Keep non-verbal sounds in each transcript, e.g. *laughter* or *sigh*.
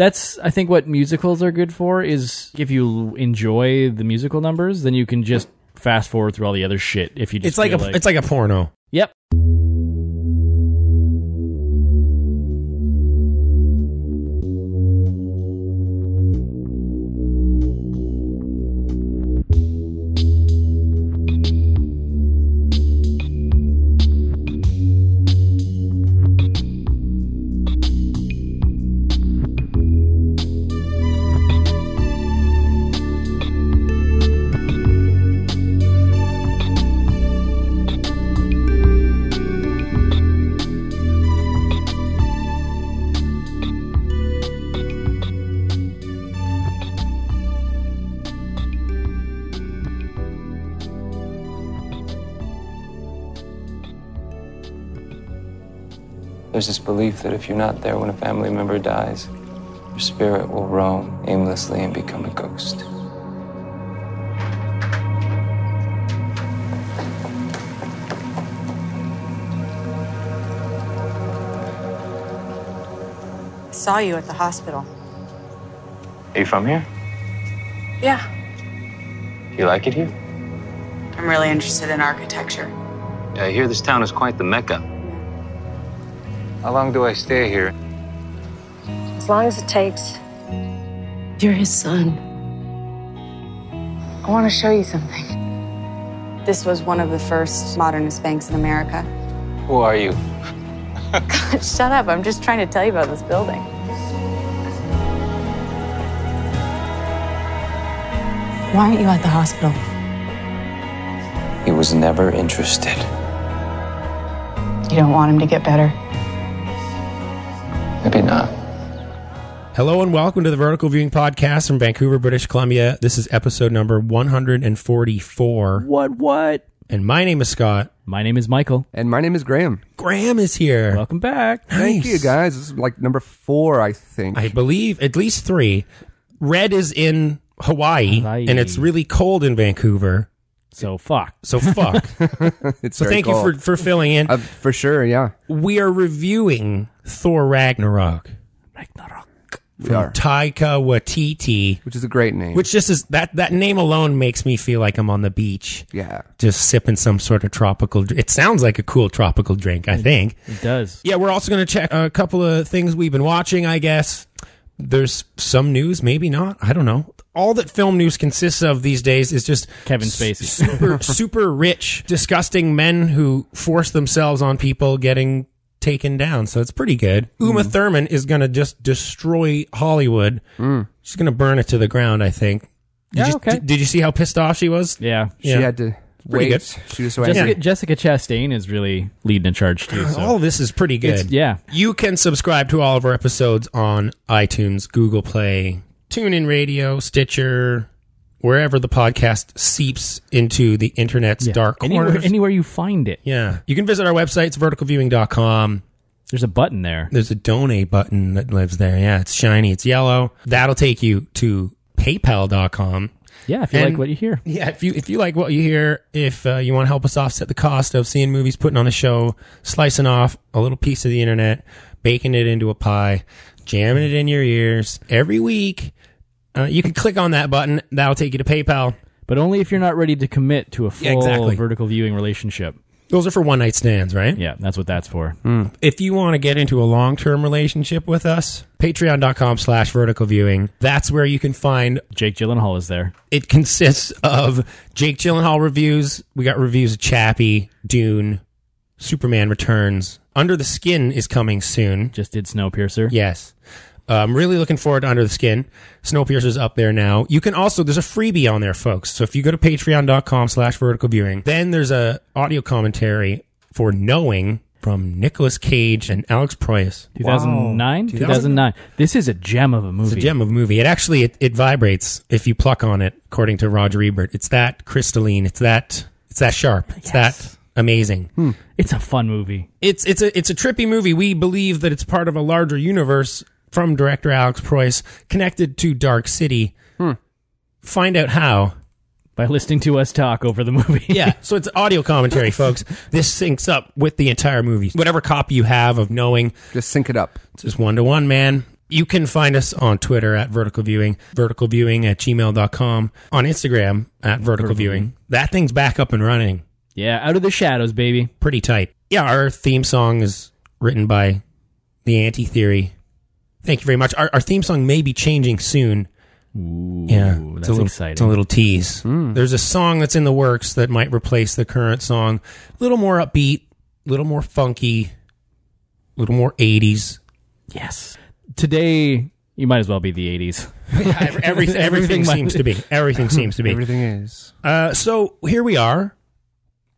that's I think what musicals are good for is if you enjoy the musical numbers, then you can just fast forward through all the other shit. If you just It's like a feel it's like a porno. yep, There's this belief that if you're not there when a family member dies, your spirit will roam aimlessly and become a ghost. I saw you at the hospital. Are you from here? Yeah. Do you like it here? I'm really interested in architecture. I hear this town is quite the mecca. How long do I stay here? As long as it takes. You're his son. I want to show you something. This was one of the first modernist banks in America. Who are you? Shut up, I'm just trying to tell you about this building. Why aren't you at the hospital? He was never interested. You don't want him to get better. Maybe not. Hello and welcome to the Vertical Viewing Podcast from Vancouver, British Columbia. This is episode number 144. what what? And my name is Scott. My name is Michael. And my name is Graham. Graham is here. Welcome back. Thank Nice. you, guys. This is like number four, I think. I believe at least three. Red is in Hawaii, Hawaii. and it's really cold in Vancouver. So fuck. *laughs* So fuck. it's so very thank you cool. for, for filling in. Uh, for sure, yeah. we are reviewing Thor Ragnarok Ragnarok. We are. Taika Waititi, Which is a great name. which just is that that name alone makes me feel like I'm on the beach, yeah. just sipping some sort of tropical. dr- It sounds like a cool tropical drink. I think. It does. Mm. Yeah, we're also going to check a couple of things we've been watching, I guess. There's some news, maybe not. I don't know. All that film news consists of these days is just Kevin s- Spacey. *laughs* super, super rich, disgusting men who force themselves on people getting taken down. So it's pretty good. Mm. Uma Thurman is going to just destroy Hollywood. She's going to burn it to the ground, I think. Mm. Did Yeah, you, okay. did, did you see how pissed off she was? Yeah. Yeah. She had to Pretty wait. good. She was so Jessica, angry. Jessica Chastain is really leading a charge too. So. All this is pretty good. It's- yeah. You can subscribe to all of our episodes on iTunes, Google Play, TuneIn Radio, Stitcher, wherever the podcast seeps into the internet's Yeah. dark anywhere, corners. anywhere you find it, yeah. You can visit our website, it's verticalviewing.com. there's a button there. There's a donate button that lives there. Yeah, it's shiny, it's yellow. That'll take you to paypal.com. Yeah, if you And- like what you hear. Yeah, if you if you like what you hear, if uh, you want to help us offset the cost of seeing movies, putting on a show, slicing off a little piece of the internet, baking it into a pie, jamming it in your ears every week, uh, you can click on that button. That'll take you to PayPal. But only if you're not ready to commit to a full Yeah, exactly. vertical viewing relationship. Those are for one night stands, right? Yeah, that's what that's for. If you want to get into a long term relationship with us, patreon.com slash vertical viewing. That's where you can find Jake Gyllenhaal is there. it consists of Jake Gyllenhaal reviews. We got reviews of Chappie, Dune, Superman Returns. Under the Skin is coming soon. Just did Snowpiercer. Yes. Uh, I'm really looking forward to Under the Skin. Snowpiercer's up there now. You can also, there's a freebie on there, folks. So if you go to patreon.com slash vertical viewing, then there's a audio commentary for Knowing from Nicolas Cage and Alex Proyas. 2009? 2009. 2009. This is a gem of a movie. It's a gem of a movie. It actually it, it vibrates if you pluck on it, according to Roger Ebert. It's that crystalline. It's that it's that sharp. It's that amazing. It's a fun movie. It's it's a it's a trippy movie. We believe that it's part of a larger universe from director Alex Preuss, connected to Dark City. Find out how. By listening to us talk over the movie. Yeah, *laughs* so it's audio commentary, folks. This syncs up with the entire movie. Whatever copy you have of knowing, Just sync it up. it's just one to one, man. You can find us on Twitter at Vertical Viewing, Vertical Viewing at gmail.com, on Instagram at Vertical Viewing. That thing's back up and running *laughs* Yeah, out of the shadows, baby. pretty tight. Yeah, our theme song is written by the Anti Theory. Thank you very much. Our, our theme song may be changing soon. Ooh, Yeah, that's it's a little, It's a exciting. Hmm. little tease. There's a song that's in the works that might replace the current song. A little more upbeat, a little more funky, a little more 80s. yes. Today, you might as well be the 80s. Every, everything Everything might- seems to be. Everything seems to be. Everything is. Uh, so here we are.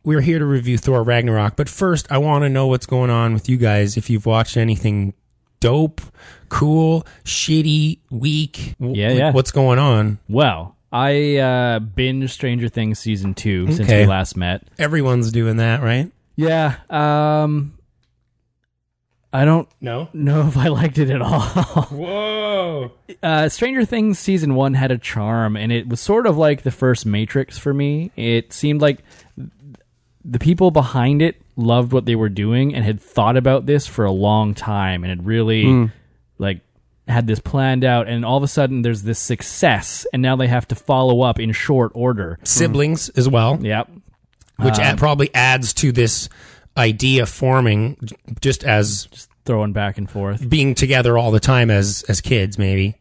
We're here to review Thor Ragnarok, but first I want to know what's going on with you guys. If you've watched anything dope, cool, shitty, weak, w- Yeah, like, yeah. what's going on? Well, I uh, binge Stranger Things season two since Okay. we last met. Everyone's doing that, right? Yeah. Um, I don't No. know *laughs* if I liked it at all. Whoa. uh, Stranger Things season one had a charm, and it was sort of like the first Matrix for me. It seemed like the people behind it loved what they were doing and had thought about this for a long time, and had really like had this planned out. And all of a sudden, there's this success, and now they have to follow up in short order. Siblings as well, Yep. which Uh, a- probably adds to this idea forming j- just as Throwing back and forth. being together all the time as as kids maybe.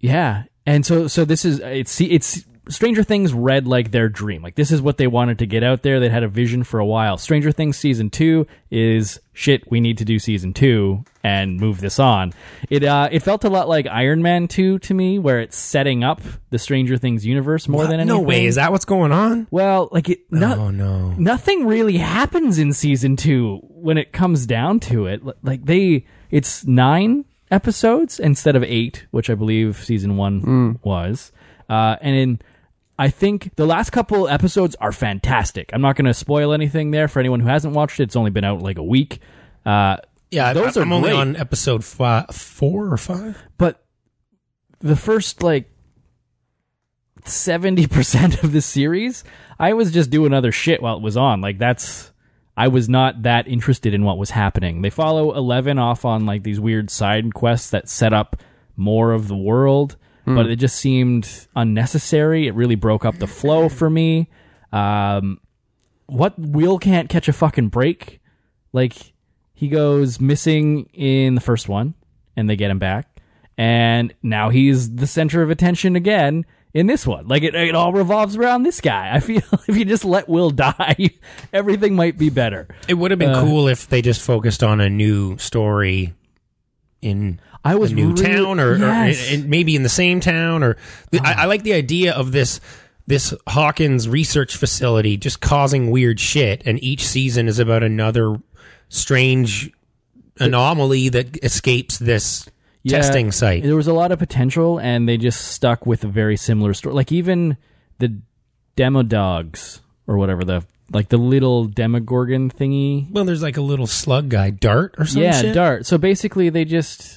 Yeah, and so so this is it's it's Stranger Things read like their dream. Like this is what they wanted to get out there. They had a vision for a while. Stranger Things season two is shit. We need to do season two and move this on. It uh it felt a lot like Iron Man two to me, where it's setting up the Stranger Things universe more than anything. no way is that what's going on? well like it not oh no. nothing really happens in season two when it comes down to it. L- Like they, it's nine episodes instead of eight, which I believe season one was. Uh, and in, I think the last couple episodes are fantastic. I'm not going to spoil anything there for anyone who hasn't watched it. It's only been out like a week. Uh, Yeah, Those I, are I'm only great. on episode fi four or five. but the first like 70% of the series i was just doing other shit while it was on like that's i was not that interested in what was happening they follow 11 off on like these weird side quests that set up more of the world but it just seemed unnecessary it really broke up the flow for me um what will can't catch a fucking break like he goes missing in the first one and they get him back and now he's the center of attention again in this one like it, it all revolves around this guy i feel *laughs* if you just let will die *laughs* everything might be better It would have been cool if they just focused on a new story in I was a new really- town, or, yes. or in, in- maybe in the same town, or I, I like the idea of this this Hawkins research facility just causing weird shit, and each season is about another strange anomaly that escapes this Yeah, testing site. There was a lot of potential, and they just stuck with a very similar story. Like even the demo dogs or whatever the like the little demogorgon thingy. well, there's like a little slug guy, Dart or something. yeah, Dart. So basically, they just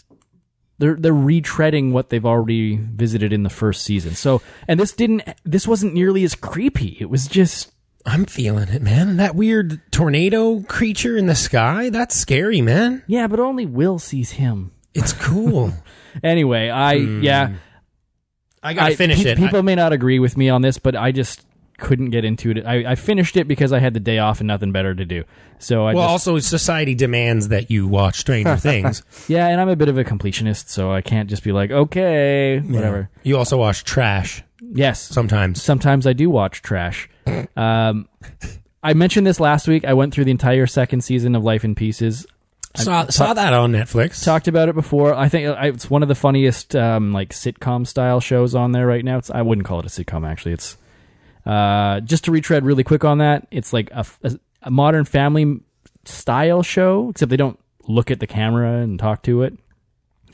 they're they're retreading what they've already visited in the first season. So and this didn't this wasn't nearly as creepy. It was just I'm feeling it, man. That weird tornado creature in the sky, that's scary, man. yeah, but only Will sees him. It's cool. Anyway, I yeah. I Hmm. gotta *laughs* I- finish pe- it. People may not agree with me on this, but I just couldn't get into it. I, I finished it because I had the day off and nothing better to do. So I *laughs* well, just, also society demands that you *laughs* watch Stranger Things. yeah, and I'm a bit of a completionist, so I can't just be like, okay, whatever. You also watch trash Yes, sometimes. sometimes I do watch trash. um, I mentioned this last week. I went through the entire second season of Life in Pieces. saw saw that on Netflix. Talked about it before. I think I- it's one of the funniest um, like sitcom style shows on there right now. It's, I wouldn't call it a sitcom actually. It's uh, just to retread really quick on that. It's like a, f- a- a Modern Family style show, except they don't look at the camera and talk to it.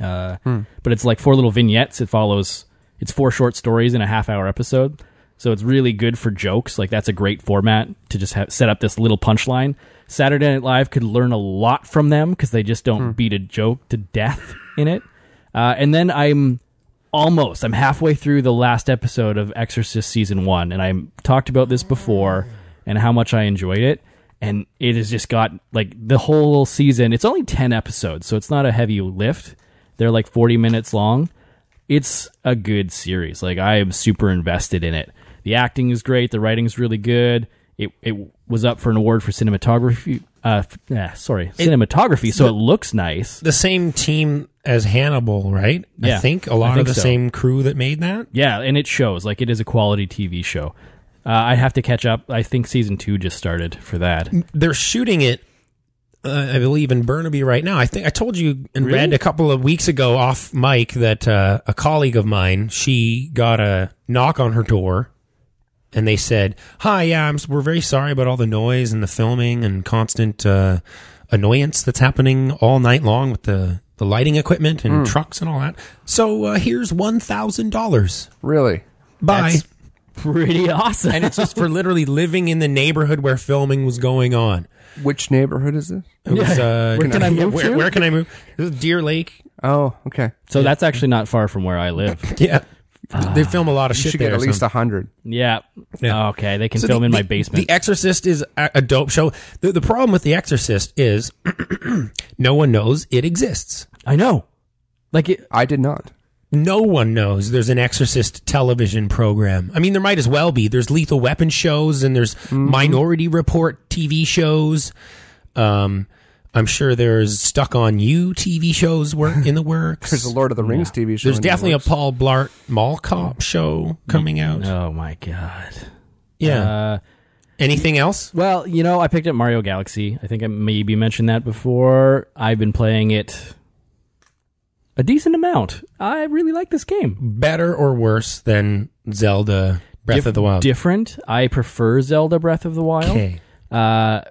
Uh, But it's like four little vignettes. It follows. It's four short stories in a half hour episode. So it's really good for jokes. Like that's a great format to just have, set up this little punchline. Saturday Night Live could learn a lot from them because they just don't beat a joke to death in it. Uh, and then I'm almost i'm halfway through the last episode of exorcist season one and i talked about this before and how much i enjoyed it and it has just got like the whole season it's only 10 episodes so it's not a heavy lift They're like 40 minutes long. It's a good series. Like I am super invested in it. The acting is great. The writing's really good. It it was up for an award for cinematography. Uh, f- ah, sorry, cinematography. so it looks nice. the same team as Hannibal, right? Yeah, I think a I lot think of the so. same crew that made that. Yeah, and it shows. Like it is a quality TV show. Uh, I have to catch up. I think season two just started for *laughs* that. They're shooting it, uh, I believe, in Burnaby right now. I think I told you and read a couple of weeks ago off mic that uh, a colleague of mine she got a knock on her door, and they said, "Hi, yeah, I'm, s- we're very sorry about all the noise and the filming and constant uh, annoyance that's happening all night long with the." The lighting equipment and trucks and all that. So uh, here's one thousand dollars. Really? Bye. That's- Pretty awesome. and it's just for literally living in the neighborhood where filming was going on. Which neighborhood is this? It was, uh, Where can I move where, to? where can I move? This is Deer Lake. Oh, okay. so that's actually not far from where I live. Yeah, they film a lot of You shit should there. get at so- least a hundred. Yeah. Yeah. Okay, they can So film the- in my the- basement. The Exorcist is a, a dope show. The, the problem with The Exorcist is *clears throat* no one knows it exists. I know. Like it, I did not. No one knows there's an Exorcist television program. I mean, there might as well be. There's Lethal Weapon shows and there's Mm-hmm. Minority Report TV shows. Um, I'm sure there's Stuck on You TV shows work in the works. *laughs* There's a Lord of the Rings TV show. There's in the definitely a works. Paul Blart Mall Cop show coming out. oh my god. Yeah. Uh, Anything else? well, you know, I picked up Mario Galaxy. I think I maybe mentioned that before. I've been playing it a decent amount. I really like this game. Better or worse than Zelda Breath Dif- of the Wild? Different. I prefer Zelda Breath of the Wild. Okay. Uh,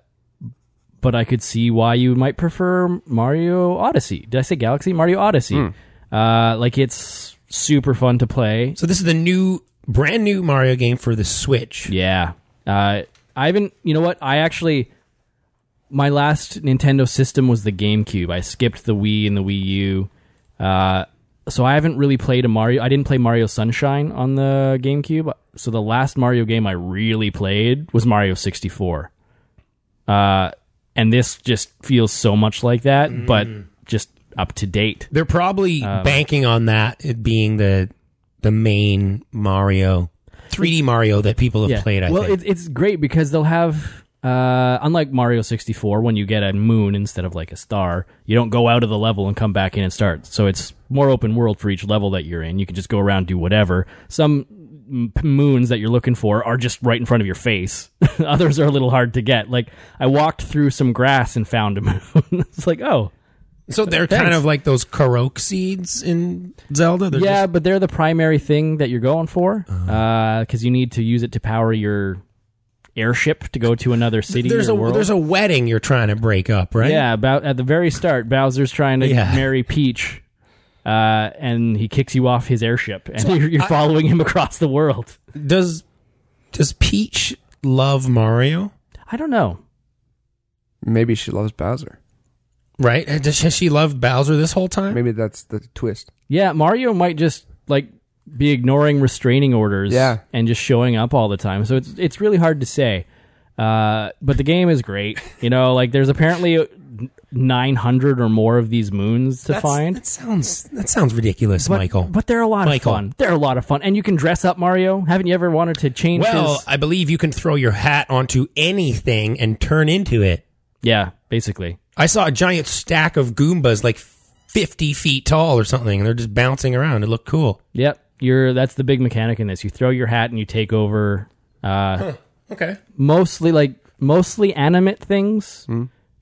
but I could see why you might prefer Mario Odyssey. Did I say Galaxy? Mario Odyssey. Uh, like it's super fun to play. So this is the new, brand new Mario game for the Switch. Yeah. Uh, I haven't, you know what? I actually, my last Nintendo system was the GameCube. I skipped the Wii and the Wii U. Uh, so I haven't really played a Mario. I didn't play Mario Sunshine on the GameCube. So the last Mario game I really played was Mario 64. Uh, and this just feels so much like that, but just up to date. They're probably Uh, banking on that it being the the main Mario, 3D Mario that people have played. I well, think. it's it's great because they'll have. Uh, unlike Mario 64, when you get a moon instead of like a star, you don't go out of the level and come back in and start. So it's more open world for each level that you're in. You can just go around do whatever. Some m- p- moons that you're looking for are just right in front of your face. *laughs* Others are a little hard to get. Like I walked through some grass and found a *laughs* moon. it's like oh so they're kind thanks. of like those Karoke seeds in Zelda. They're Uh-huh. yeah, but they're the primary thing that you're going for because you need to use it to power your airship to go to another city. just, there's or a world. therew there's a wedding you're trying to break up, right? Yeah, about at the very start, Bowser's trying to Yeah. marry Peach, uh, and he kicks you off his airship, and *laughs* you're, you're following him across the world. Does does Peach love Mario? I don't know. Maybe she loves Bowser. Right? Uh, Does has she loved Bowser this whole time? Maybe that's the twist. Yeah, Mario might just like be ignoring restraining orders, Yeah. and just showing up all the time. So it's it's really hard to say. Uh, but the game is great. You know, like there's apparently 900 or more of these moons to That's- find. that sounds that sounds ridiculous, but, Michael. but they're a lot Michael. of fun. They're a lot of fun, and you can dress up Mario. Haven't you ever wanted to change? well, his... I believe you can throw your hat onto anything and turn into it. yeah, basically. I saw a giant stack of Goombas like 50 feet tall or something, and they're just bouncing around. It looked cool. Yep, you're that's the big mechanic in this. You throw your hat and you take over uh, Okay. mostly like mostly animate things.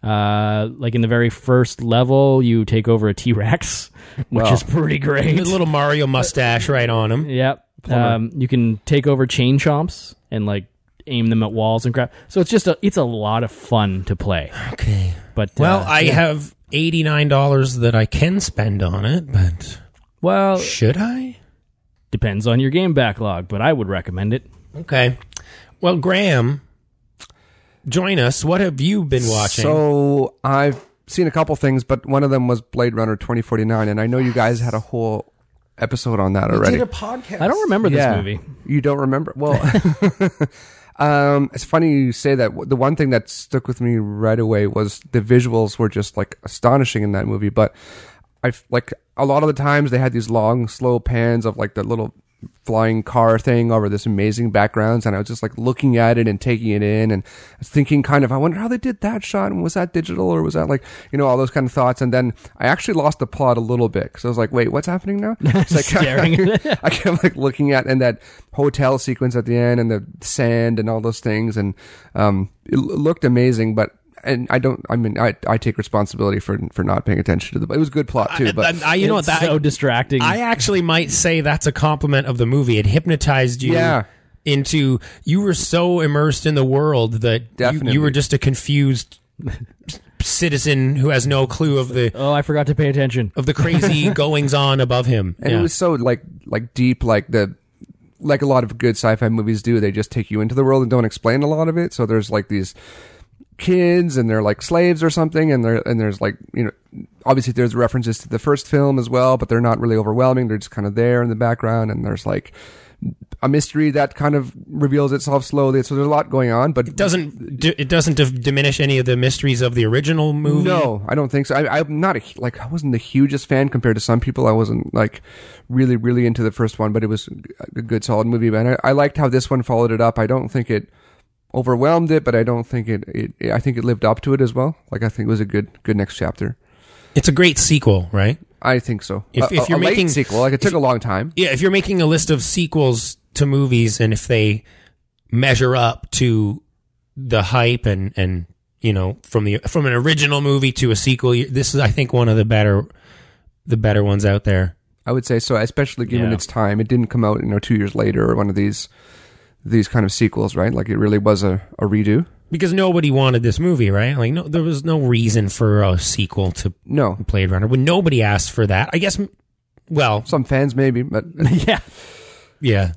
Uh, like in the very first level, you take over a T Rex, *laughs* which is pretty great. A little Mario mustache right on *laughs* him. Yep. Um, you can take over chain chomps and like aim them at walls and crap. So it's just a it's a lot of fun to play. Okay. But Well, uh, I have $89 that I can spend on it, but well should I? depends on your game backlog, but I would recommend it. Okay. Well, Graham, join us. What have you been watching? So I've seen a couple things, but one of them was Blade Runner 2049, and I know you guys had a whole episode on that already. podcast. I don't remember this yeah. movie. You don't remember? Well, *laughs* um, it's funny you say that. The one thing that stuck with me right away was the visuals were just like astonishing in that movie. But I f- like a lot of the times they had these long, slow pans of like the little flying car thing over this amazing backgrounds, and I was just like looking at it and taking it in and thinking, kind of, I wonder how they did that shot, and was that digital or was that like you know all those kind of thoughts, and then I actually lost the plot a little bit because I was like, wait, what's happening now? It's like *laughs* Staring at it. I kept like looking at and that hotel sequence at the end and the sand and all those things, and um, it l- looked amazing, but. And I don't. I mean, I, I take responsibility for for not paying attention to the. It was a good plot too, but I, I- uh, you know what It's that so distracting. I actually might say that's a compliment of the movie. It hypnotized you Yeah. into you were so immersed in the world that you- Definitely. you were just a confused citizen who has no clue of the oh, I forgot to pay attention. of the *laughs* crazy goings on above him. and Yeah. it was so like like deep like the like a lot of good sci-fi movies do they just take you into the world and don't explain a lot of it so there's like these kids and they're like slaves or something and there and there's like you know obviously there's references to the first film as well but they're not really overwhelming they're just kind of there in the background and there's like a mystery that kind of reveals itself slowly so there's a lot going on but it doesn't d- it doesn't d- diminish any of the mysteries of the original movie. No, I don't think so. I, I'm not a, hu- like I wasn't the hugest fan compared to some people. I wasn't like really really into the first one, but it was a good solid movie. And I, I liked how this one followed it up. I don't think it overwhelmed it, but I don't think it, it. I think it lived up to it as well. Like I think it was a good good next chapter. It's a great sequel, right? I think so. If- A- if a- you're a late making- sequel, like it took a long time. Yeah, if you're making a list of sequels to movies and if they measure up to the hype and and you know from the from an original movie to a sequel, you- this is I think one of the better the better ones out there. I would say so, especially given Yeah. its time. It didn't come out you know two years later or one of these these kind of sequels, right? Like it really was a, a redo. Because nobody wanted this movie, right? Like no there was no reason for a sequel to No, Blade Runner when nobody asked for that. I guess m- well, some fans *laughs* maybe, but yeah. Yeah.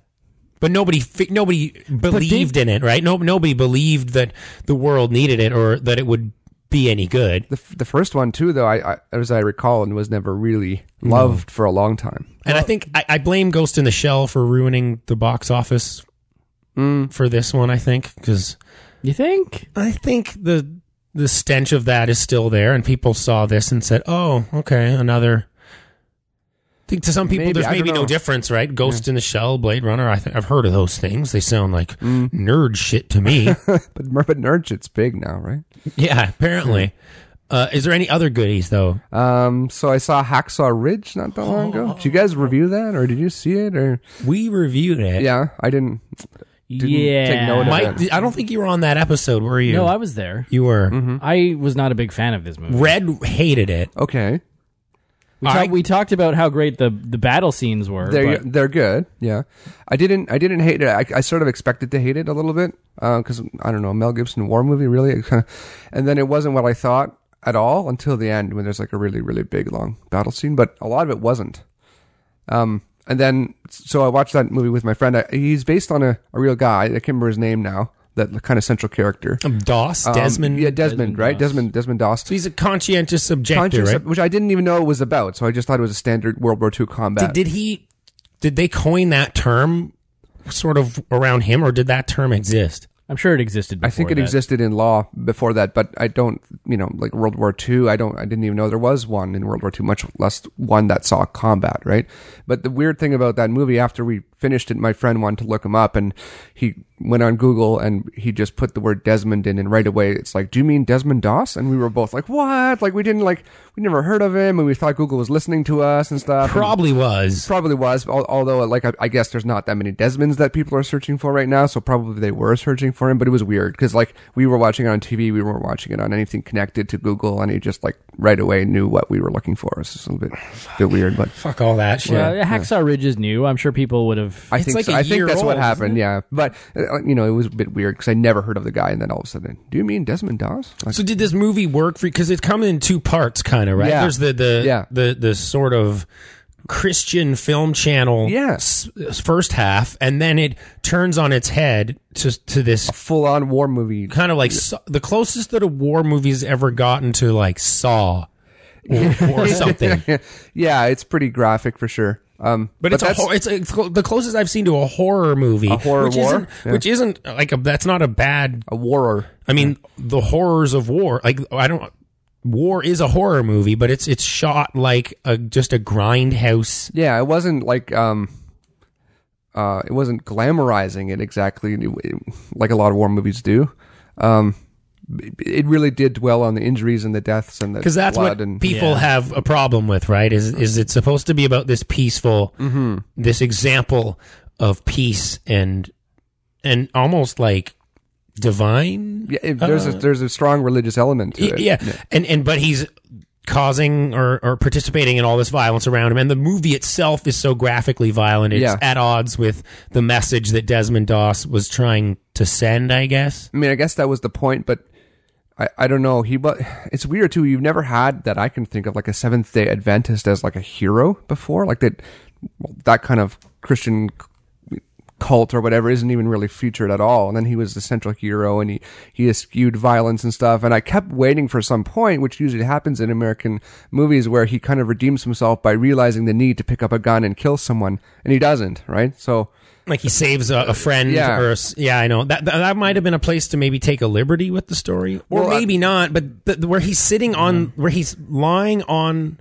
But nobody fi- nobody believed did- in it, right? No, nobody believed that the world needed it or that it would be any good. the, f- the first one too though I, I as i recall and was never really loved for a long time And I think I, I blame Ghost in the Shell for ruining the box office Mm. for this one, I think, because You think? I think the the stench of that is still there and people saw this and said, "Oh, okay, another I think to some people Maybe, there's I don't maybe no know. difference, right? Ghost in the Shell, Blade Runner, I think I've heard of those things. They sound like Mm. nerd shit to *laughs* me. but Mermaid Nerd it's big now right Yeah, apparently. Uh, is there any other goodies though? um so i saw hacksaw ridge not that long ago did you guys review that or did you see it or We reviewed it. yeah i didn't yeah. take note of Mike, I don't think you were on that episode, were you? No, I was there. you were. Mm-hmm. I was not a big fan of this movie. Red hated it. okay We, I- talked- we talked about how great the, the battle scenes were. they're but they're good yeah i didn't i didn't hate it i, I sort of expected to hate it a little bit because i don't know mel gibson war movie really *laughs* It kinda- and then it wasn't what i thought at all until the end when there's like a really really big long battle scene but a lot of it wasn't Um, and then so I watched that movie with my friend. I, he's based on a, a real guy. I can't remember his name now. That kind of central character, Um, Doss, Um, Desmond. yeah, Desmond, Desmond right? Doss. Desmond, Desmond Doss. so he's a conscientious objector, Conscious- right? which I didn't even know it was about. So I just thought it was a standard World War II combat. Did, did he? Did they coin that term, sort of around him, or did that term exist? I'm sure it existed before I think it that. existed in law before that, but I don't, you know, like World War II, I don't, I didn't even know there was one in World War II, much less one that saw combat, right? But the weird thing about that movie, after we finished it, my friend wanted to look him up and he went on Google and he just put the word Desmond in and right away it's like, do you mean Desmond Doss? And we were both like, what? Like we didn't like, we never heard of him and we thought Google was listening to us and stuff. And- Probably was. Probably was, al- although like I, I guess there's not that many Desmonds that people are searching for right now, so probably they were searching for him. But it was weird because like we were watching it on TV, we weren't watching it on anything connected to Google, and he just like right away knew what we were looking for. It's just a little bit, bit weird, but Fuck all that shit. Well, Uh, Hacksaw Ridge is new. I'm sure people would have. I It's think like so. a I think year that's what old, happened. Yeah, but uh, you know it was a bit weird because I never heard of the guy, and then all of a sudden, do you mean Desmond Doss? Like, So did this movie work for because it comes in two parts, kind of right? Yeah. There's the the Yeah. the the sort of Christian film channel Yeah. s- first half, and then it turns on its head to to this full on war movie. *laughs* kind of like Saw- the closest that a war movie's ever gotten to like Saw or, *laughs* or something. yeah, it's pretty graphic for sure. Um, But, it's a that's- hor- it's, it's cl- the closest I've seen to a horror movie. A horror which war? isn't, Yeah. which isn't like a that's not a bad a war. I mean, the horrors of war. Like I don't. war is a horror movie, but it's it's shot like a just a grindhouse. Yeah, it wasn't like um uh it wasn't glamorizing it exactly like a lot of war movies do. Um it really did dwell on the injuries and the deaths and the Because that's blood what and people have a problem with, right? Is is it supposed to be about this peaceful, Mm-hmm. this example of peace and and almost like divine? yeah, it, there's a there's a strong religious element to Uh. Y- it. yeah. and and but he's causing or, or participating in all this violence around him and the movie itself is so graphically violent it's Yeah. at odds with the message that desmond doss was trying to send i guess I mean, I guess that was the point, but I, I don't know. He but it's weird too. You've never had that I can think of like a Seventh Day Adventist as like a hero before, like that well, that kind of Christian c- cult or whatever isn't even really featured at all. And then he was the central hero, and he he eschewed violence and stuff. And I kept waiting for some point, which usually happens in American movies, where he kind of redeems himself by realizing the need to pick up a gun and kill someone, and he doesn't. Right? So like he saves a, a friend Yeah. or a s yeah i know that that, that might have been a place to maybe take a liberty with the story or Well, I- maybe not but the, where he's sitting on where he's lying on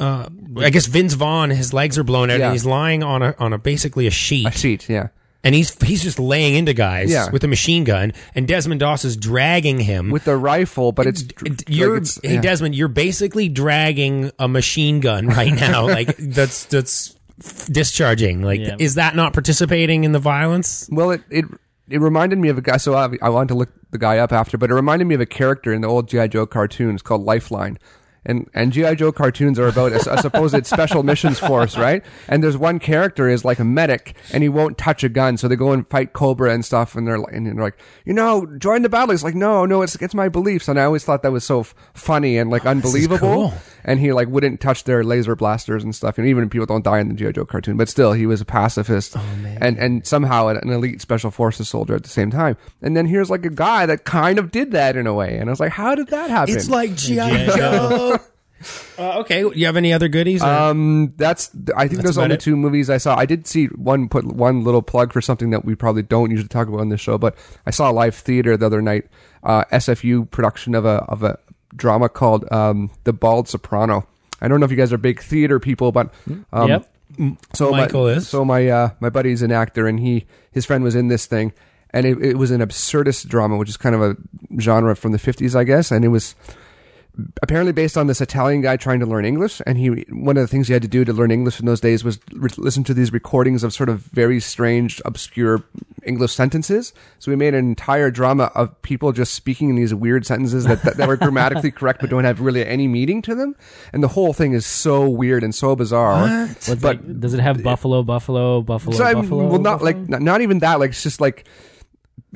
uh, I guess Vince Vaughn, his legs are blown out, Yeah. and he's lying on a on a basically a sheet. I cheat. Yeah. and he's he's just laying into guys Yeah. with a machine gun, and Desmond Doss is dragging him. With the rifle, but it's D- you're, like it's- hey yeah. Desmond, you're basically dragging a machine gun *laughs* right now. like that's that's f- discharging. Like, Yeah. is that not participating in the violence? Well, it it it reminded me of a guy. So I, I wanted to look the guy up after, but it reminded me of a character in the old GI Joe cartoons called Lifeline. And and GI Joe cartoons are about a, s- a supposed special missions force, right? And there's one character is like a medic, and he won't touch a gun, so they go and fight Cobra and stuff, and they're like, and they're like, you know, join the battle. He's like, no, no, it's it's my beliefs, and I always thought that was so f- funny and like unbelievable cool. and he like wouldn't touch their laser blasters and stuff. And even people don't die in the GI Joe cartoon, but still, he was a pacifist Oh, and and somehow an an elite special forces soldier at the same time. And then here's like a guy that kind of did that in a way, and I was like, how did that happen? It's like GI Joe. uh, okay, you have any other goodies? or- Uh, Mm, that's I think those are about only it. two movies I saw. I did see one put one little plug for something that we probably don't usually talk about on this show, but I saw live theater the other night, uh, SFU production of a of a drama called um, The Bald Soprano. I don't know if you guys are big theater people, but um, Yep. So Michael my, is. So my uh, my buddy's an actor, and he his friend was in this thing, and it, it was an absurdist drama, which is kind of a genre from the fifties, I guess. And it was apparently based on this Italian guy trying to learn English, and he one of the things he had to do to learn English in those days was re- listen to these recordings of sort of very strange, obscure English sentences. So we made an entire drama of people just speaking in these weird sentences that that, that were grammatically correct but don't have really any meaning to them, and the whole thing is so weird and so bizarre. What's But like- does it have buffalo, buffalo, buffalo, so I'm, buffalo? well, not buffalo? like not, not even that. Like it's just like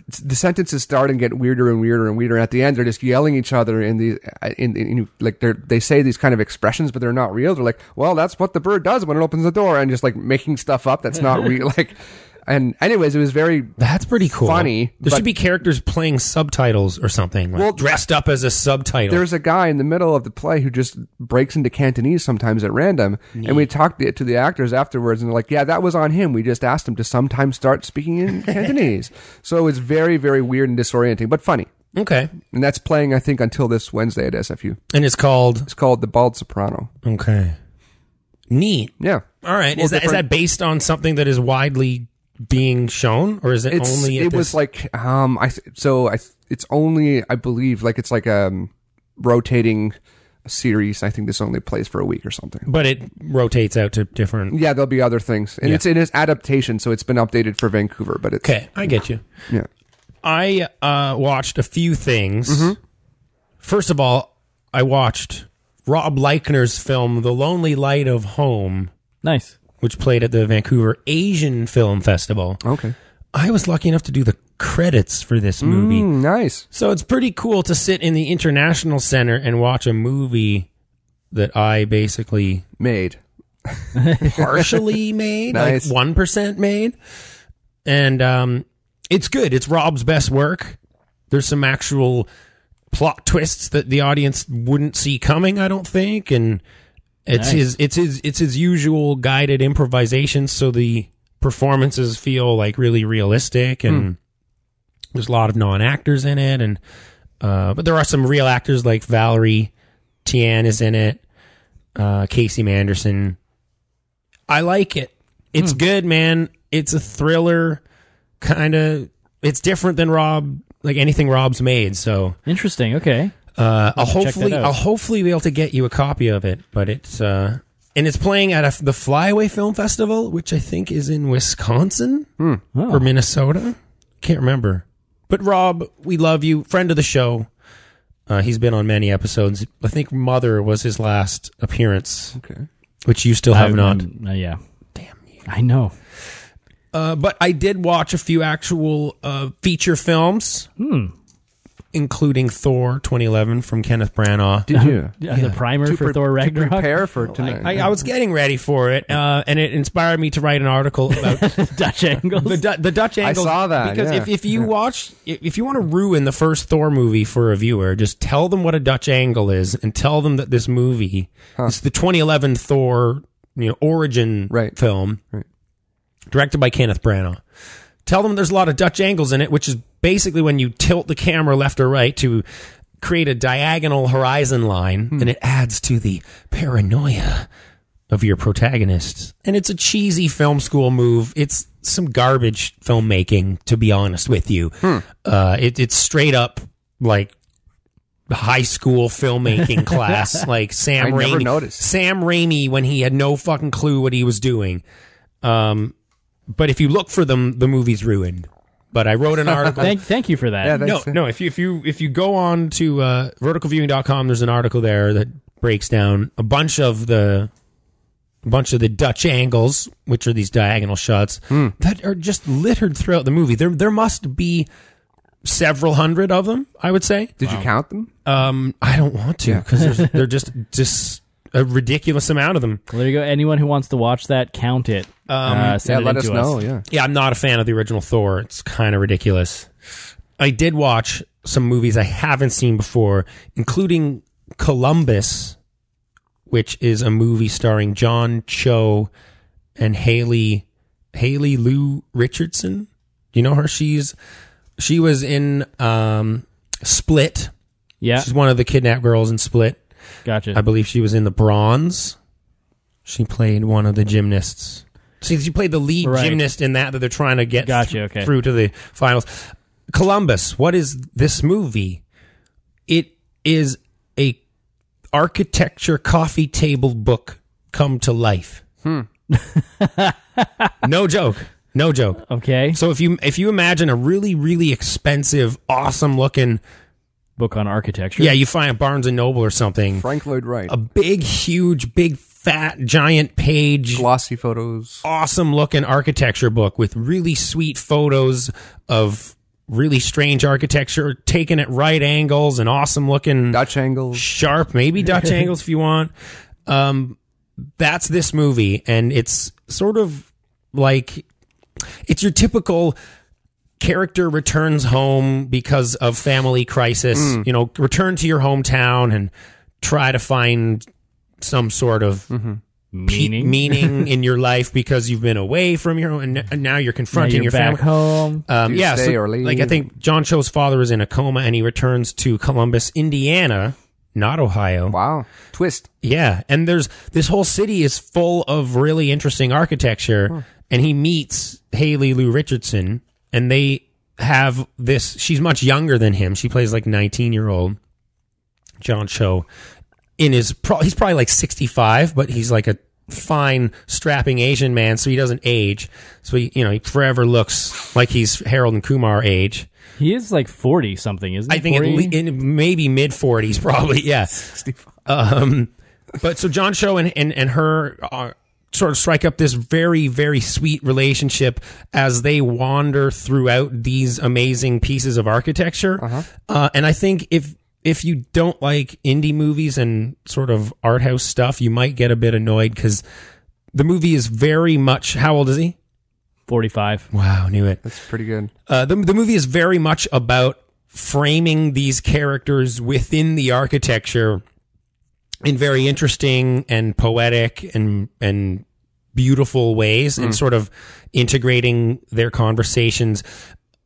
it's- the sentences start and get weirder and weirder and weirder. And at the end, they're just yelling each other in the uh, in, in, in like they they say these kind of expressions, but they're not real. They're like, well, that's what the bird does when it opens the door, and just like making stuff up *laughs* that's not real. Like, and anyways, it was very That's pretty cool. funny, There but- should be characters playing subtitles or something. Like Well, dressed up as a subtitle. There's a guy in the middle of the play who just breaks into Cantonese sometimes at random, and we talked to, to the actors afterwards, and they're like, "Yeah, that was on him. We just asked him to sometimes start *laughs* speaking in Cantonese." So it's very, very weird and disorienting, but funny. okay, And that's playing, I think, until this Wednesday at SFU. and it's called It's called The Bald Soprano. okay. Neat. Yeah, All right. Well, is that is that different- based on something that is widely being shown, or is it it's only? At it was this- like um I th- so I th- it's only I believe like it's like um rotating series. I think this only plays for a week or something. but it rotates out to different. Yeah, there'll be other things, and Yeah. it's in its adaptation, so it's been updated for Vancouver. But it's Okay, I get you. yeah, I uh, watched a few things. Mm-hmm. First of all, I watched Rob Leichner's film "The Lonely Light of Home," nice. which played at the Vancouver Asian Film Festival. okay, I was lucky enough to do the credits for this movie. Mm, nice. So it's pretty cool to sit in the International Center and watch a movie that I basically Made partially made, Nice. like one percent made, and um, it's good. It's Rob's best work. There's some actual plot twists that the audience wouldn't see coming. I don't think, and it's Nice. his it's his it's his usual guided improvisation, so the performances feel like really realistic, and there's a lot of non actors in it, and Uh, but there are some real actors like Valerie Tian is in it. Uh, Casey Manderson. I like it. It's Hmm. good, man. It's a thriller, kind of. It's different than Rob, like anything Rob's made. So Interesting. Okay. uh, I'll check that hopefully out. I'll hopefully be able to get you a copy of it. But it's uh, and it's playing at a, the Flyaway Film Festival, which I think is in Wisconsin Oh. or Minnesota. Can't remember. But Rob, we love you, friend of the show. Uh, he's been on many episodes. I think Mother was his last appearance, Okay. which you still have I- not. I'm- uh, yeah. Damn you. I know. Uh, but I did watch a few actual uh, feature films, including Thor 2011 from Kenneth Branagh. Did you? Uh, The primer for pre- Thor Ragnarok. To prepare for *laughs* tonight. I, I was getting ready for it, uh, and it inspired me to write an article about *laughs* Dutch angles. the, Du- the Dutch angle. saw that, because yeah. if, if *laughs* you watch, if if you want to ruin the first Thor movie for a viewer, just tell them what a Dutch angle is, and tell them that this movie, it's the 2011 Thor, you know, origin Right. film, Right. directed by Kenneth Branagh. Tell them there's a lot of Dutch angles in it, which is basically when you tilt the camera left or right to create a diagonal horizon line, Hmm. and it adds to the paranoia of your protagonists. And it's a cheesy film school move. It's some garbage filmmaking, to be honest with you. Hmm. Uh, it, it's straight up like high school *laughs* filmmaking class, like Sam I Raimi. never noticed. Sam Raimi when he had no fucking clue what he was doing. Um, but if you look for them, the movie's ruined. But I wrote *laughs* an article thank, thank you for that. *laughs* yeah, that's no, no. If you if you if you go on to uh, verticalviewing.com, there's an article there that breaks down a bunch of the a bunch of the Dutch angles, which are these diagonal shots that are just littered throughout the movie. There there must be several hundred of them, I would say. Did you count them? Um, I don't want to because there's they're just just a ridiculous amount of them. Well, there you go. Anyone who wants to watch that, count it. uh, Yeah, send it let in us to know. Yeah. Yeah, I'm not a fan of the original Thor. It's kind of ridiculous. I did watch some movies I haven't seen before, including Columbus, which is a movie starring John Cho and Haley Haley Lou Richardson. Do you know her? She's she was in um, Split. Yeah, She's one of the kidnapped girls in Split. gotcha. I believe she was in the Bronze. She played one of the gymnasts. See, she played the lead Right. gymnast in that that they're trying to get Gotcha, th- okay. through to the finals. Columbus, what is this movie? It is a architecture coffee table book come to life. Hmm. *laughs* no joke. No joke. okay, So if you if you imagine a really really expensive awesome looking book on architecture. yeah you find at Barnes and Noble or something Frank Lloyd Wright. a big, huge, big, fat, giant page, *laughs* Glossy photos. awesome looking architecture book with really sweet photos of really strange architecture taken at right angles and awesome looking Dutch angles. sharp, maybe Dutch angles if you want. Um, that's this movie, and it's sort of like it's your typical character returns home because of family crisis. You know, return to your hometown and try to find some sort of pe- meaning. meaning in your life because you've been away from your own, and now you're Now confronting you're your back family. home. Um, Do you yeah, stay so, or like I leave? think John Cho's father is in a coma, and he returns to Columbus, Indiana, not Ohio. Wow. Twist. Yeah, and there's this whole city is full of really interesting architecture, and he meets Haley Lou Richardson, and they have this. She's much younger than him. She plays like 19 year old John Cho. In his, pro- he's probably like 65, but he's like a fine, strapping Asian man, so he doesn't age. So he, you know, he forever looks like he's Harold and Kumar age. He is like forty something, isn't he? I think at 40? le- in maybe mid 40s, probably. Yeah. Um, but so John Cho and, and, and her are, sort of strike up this very, very sweet relationship as they wander throughout these amazing pieces of architecture. uh and I think if, if you don't like indie movies and sort of art house stuff, you might get a bit annoyed because the movie is very much. How old is he? forty-five. Wow, knew it. That's pretty good. Uh, the, the movie is very much about framing these characters within the architecture in very interesting and poetic and and beautiful ways and sort of integrating their conversations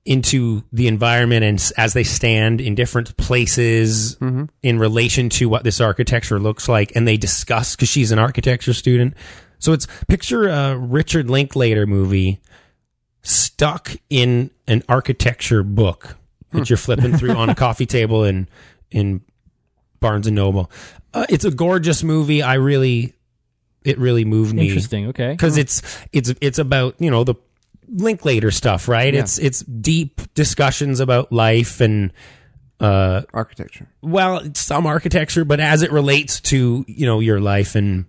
into the environment and s- as they stand in different places in relation to what this architecture looks like and they discuss because she's an architecture student so it's picture a richard linklater movie stuck in an architecture book that you're flipping through on a coffee table in in barnes and noble uh, it's a gorgeous movie i really it really moved me Interesting. Okay. because it's it's it's about you know the Linklater stuff, right? It's it's deep discussions about life and uh, architecture. well, it's some architecture, but as it relates to you know your life and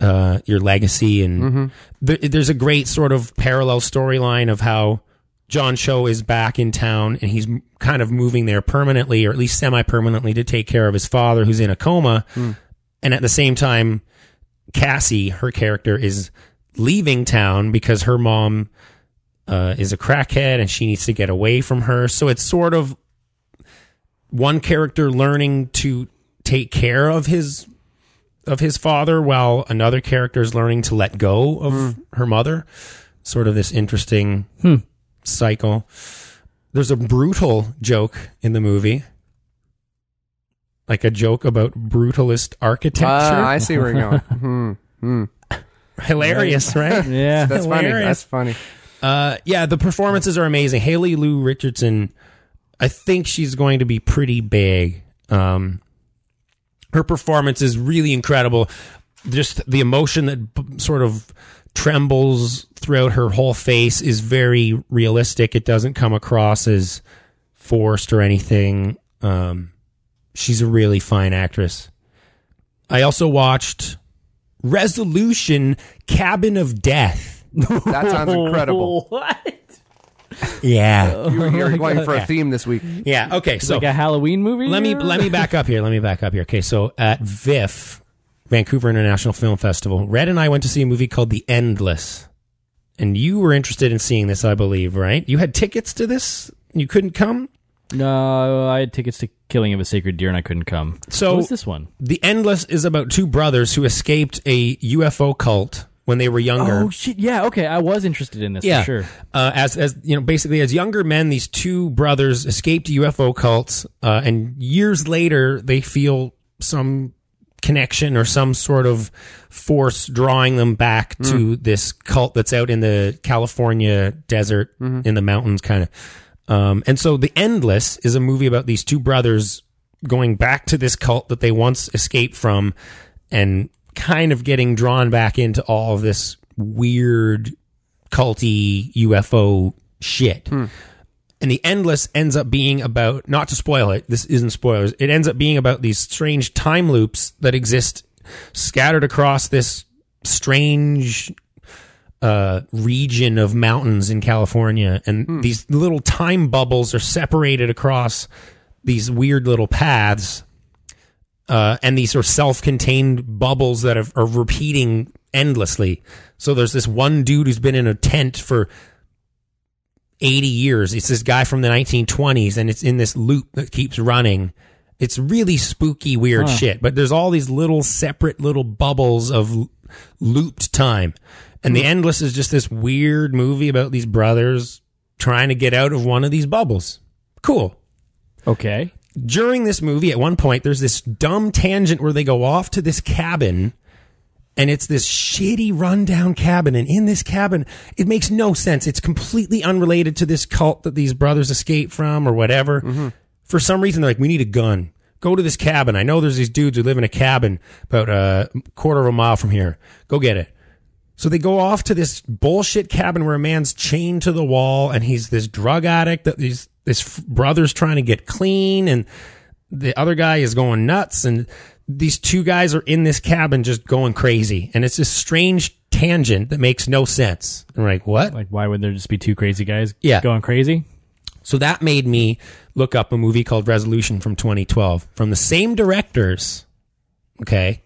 uh, your legacy, and there, there's a great sort of parallel storyline of how John Cho is back in town and he's m- kind of moving there permanently, or at least semi permanently, to take care of his father who's in a coma, and at the same time, Cassie, her character, is leaving town because her mom. Uh, is a crackhead and she needs to get away from her. So it's sort of one character learning to take care of his of his father while another character is learning to let go of her mother sort of this interesting cycle there's a brutal joke in the movie like a joke about brutalist architecture Ah, I see where you're going. Hmm. hilarious right yeah. *laughs* That's funny. Hilarious. That's funny. Uh, yeah, the performances are amazing. Haley Lou Richardson, I think she's going to be pretty big. Um, her performance is really incredible. Just the emotion that b- sort of trembles throughout her whole face is very realistic. It doesn't come across as forced or anything. Um, she's a really fine actress. I also watched Resolution Cabin of Death. That *laughs* sounds incredible. What? Yeah. You were you're going for a theme this week. Yeah. Okay. So Like a Halloween movie? let me or- let me back up here. Let me back up here. Okay. So at VIF, Vancouver International Film Festival, Red and I went to see a movie called The Endless, and you were interested in seeing this, I believe, right? You had tickets to this. You couldn't come. No, I had tickets to Killing of a Sacred Deer and I couldn't come. So- what was this one? The Endless is about two brothers who escaped a UFO cult when they were younger. Oh shit! Yeah, okay. I was interested in this yeah, for sure. Uh, as as you know, basically as younger men, these two brothers escaped UFO cults, uh, and years later they feel some connection or some sort of force drawing them back Mm. to this cult that's out in the California desert Mm-hmm. in the mountains, kind of. Um, and so the Endless is a movie about these two brothers going back to this cult that they once escaped from, and kind of getting drawn back into all of this weird culty UFO shit. And the endless ends up being about not to spoil it. This isn't spoilers. It ends up being about these strange time loops that exist scattered across this strange uh, region of mountains in California, and these little time bubbles are separated across these weird little paths, uh, and these are self-contained bubbles that are, are repeating endlessly. So there's this one dude who's been in a tent for 80 years. It's this guy from the 1920s, and it's in this loop that keeps running. It's really spooky, weird shit. But there's all these little separate little bubbles of l- looped time. And The Endless is just this weird movie about these brothers trying to get out of one of these bubbles. Cool Okay. during this movie, at one point, there's this dumb tangent where they go off to this cabin, and it's this shitty, rundown cabin. And in this cabin, it makes no sense. It's completely unrelated to this cult that these brothers escaped from or whatever. For some reason, they're like, we need a gun. Go to this cabin. I know there's these dudes who live in a cabin about a quarter of a mile from here. Go get it. So they go off to this bullshit cabin where a man's chained to the wall and he's this drug addict that these this f- brother's trying to get clean and the other guy is going nuts and these two guys are in this cabin just going crazy and it's this strange tangent that makes no sense. And we're like, what? Like, why would there just be two crazy guys? Yeah. Going crazy. So that made me look up a movie called Resolution from 2012 from the same directors. Okay.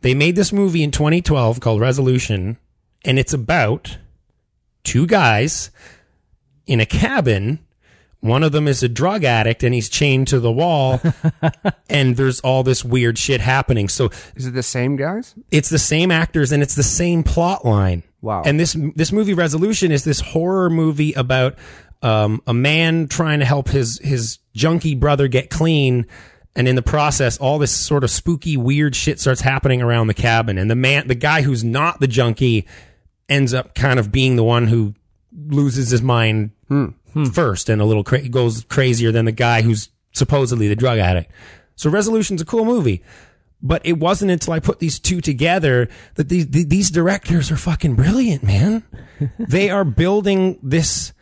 They made this movie in 2012 called Resolution, and it's about two guys in a cabin. One of them is a drug addict and he's chained to the wall, and there's all this weird shit happening. So Is it the same guys? it's the same actors and it's the same plot line. Wow. And this this movie resolution is this horror movie about um, a man trying to help his his junkie brother get clean, and in the process, all this sort of spooky, weird shit starts happening around the cabin. And the man, the guy who's not the junkie, ends up kind of being the one who loses his mind first and a little cra- goes crazier than the guy who's supposedly the drug addict. So Resolution's a cool movie. But it wasn't until I put these two together that these the- these directors are fucking brilliant, man. they are building this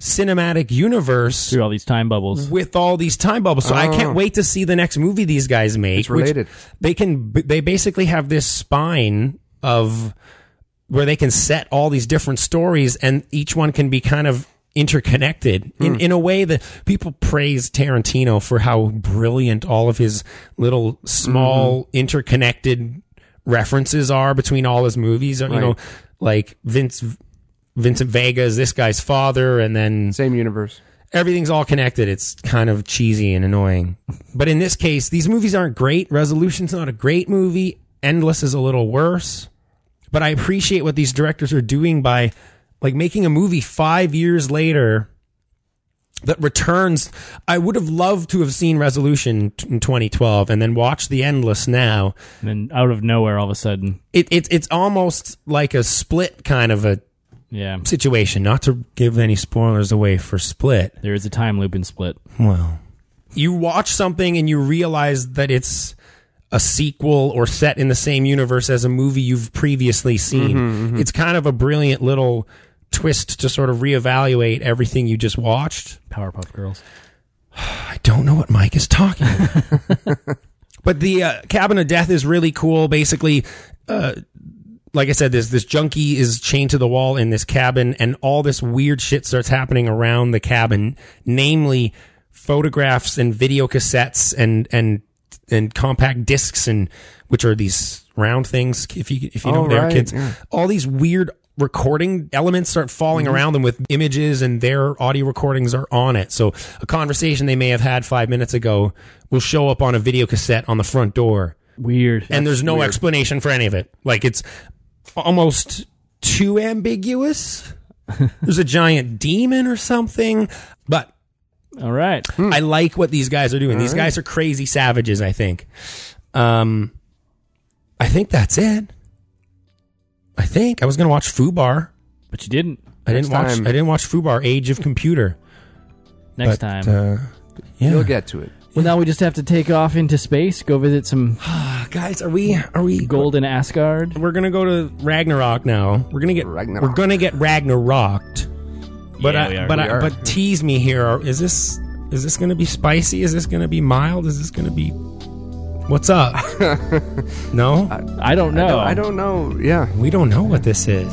cinematic universe through all these time bubbles. with all these time bubbles. So I can't wait to see the next movie these guys make. Oh. It's related. Which they can they basically have this spine of where they can set all these different stories and each one can be kind of interconnected Hmm. in, in a way that people praise Tarantino for how brilliant all of his little small Mm-hmm. interconnected references are between all his movies. You know, like Vince Vincent Vega is this guy's father and then Same universe. everything's all connected. It's kind of cheesy and annoying. But in this case, these movies aren't great. Resolution's not a great movie. Endless is a little worse. But I appreciate what these directors are doing by like making a movie 5 years later that returns I would have loved to have seen Resolution t- in 2012 and then watched The Endless now. And then out of nowhere, all of a sudden, It, it it's almost like a split kind of a yeah, situation, not to give any spoilers away for Split. there is a time loop in Split. Well, you watch something and you realize that it's a sequel or set in the same universe as a movie you've previously seen. It's kind of a brilliant little twist to sort of reevaluate everything you just watched. Powerpuff Girls. I don't know what Mike is talking about. but the uh, Cabin of Death is really cool. Basically, uh, like I said, this this junkie is chained to the wall in this cabin, and all this weird shit starts happening around the cabin, namely photographs and video cassettes and and and compact discs and which are these round things. If you if you know Oh, their right, kids, yeah. Mm-hmm. all these weird recording elements start falling around them with images and their audio recordings are on it. So a conversation they may have had five minutes ago will show up on a video cassette on the front door. Weird. and there's no explanation for any of it. Like it's almost too *laughs* ambiguous. there's a giant demon or something. But all right. Hmm. I like what these guys are doing. these guys are crazy savages, I think. Um I think that's it. I think I was gonna watch Fubar. But you didn't. I Next didn't watch. time. I didn't watch Fubar: Age of Computer. Next but, time. uh, yeah. You'll get to it. well, now we just have to take off into space, go visit some Ah, guys, are we? Are we? golden Asgard. We're gonna go to Ragnarok now. We're gonna get. Ragnarok. We're gonna get Ragnaroked. But Yeah, I, we are. but We I, *laughs* are. but tease me here. Are- Is this is this gonna be spicy? Is this gonna be mild? Is this gonna be? What's *laughs* up? no, I don't know. I don't know. Yeah. we don't know what this is.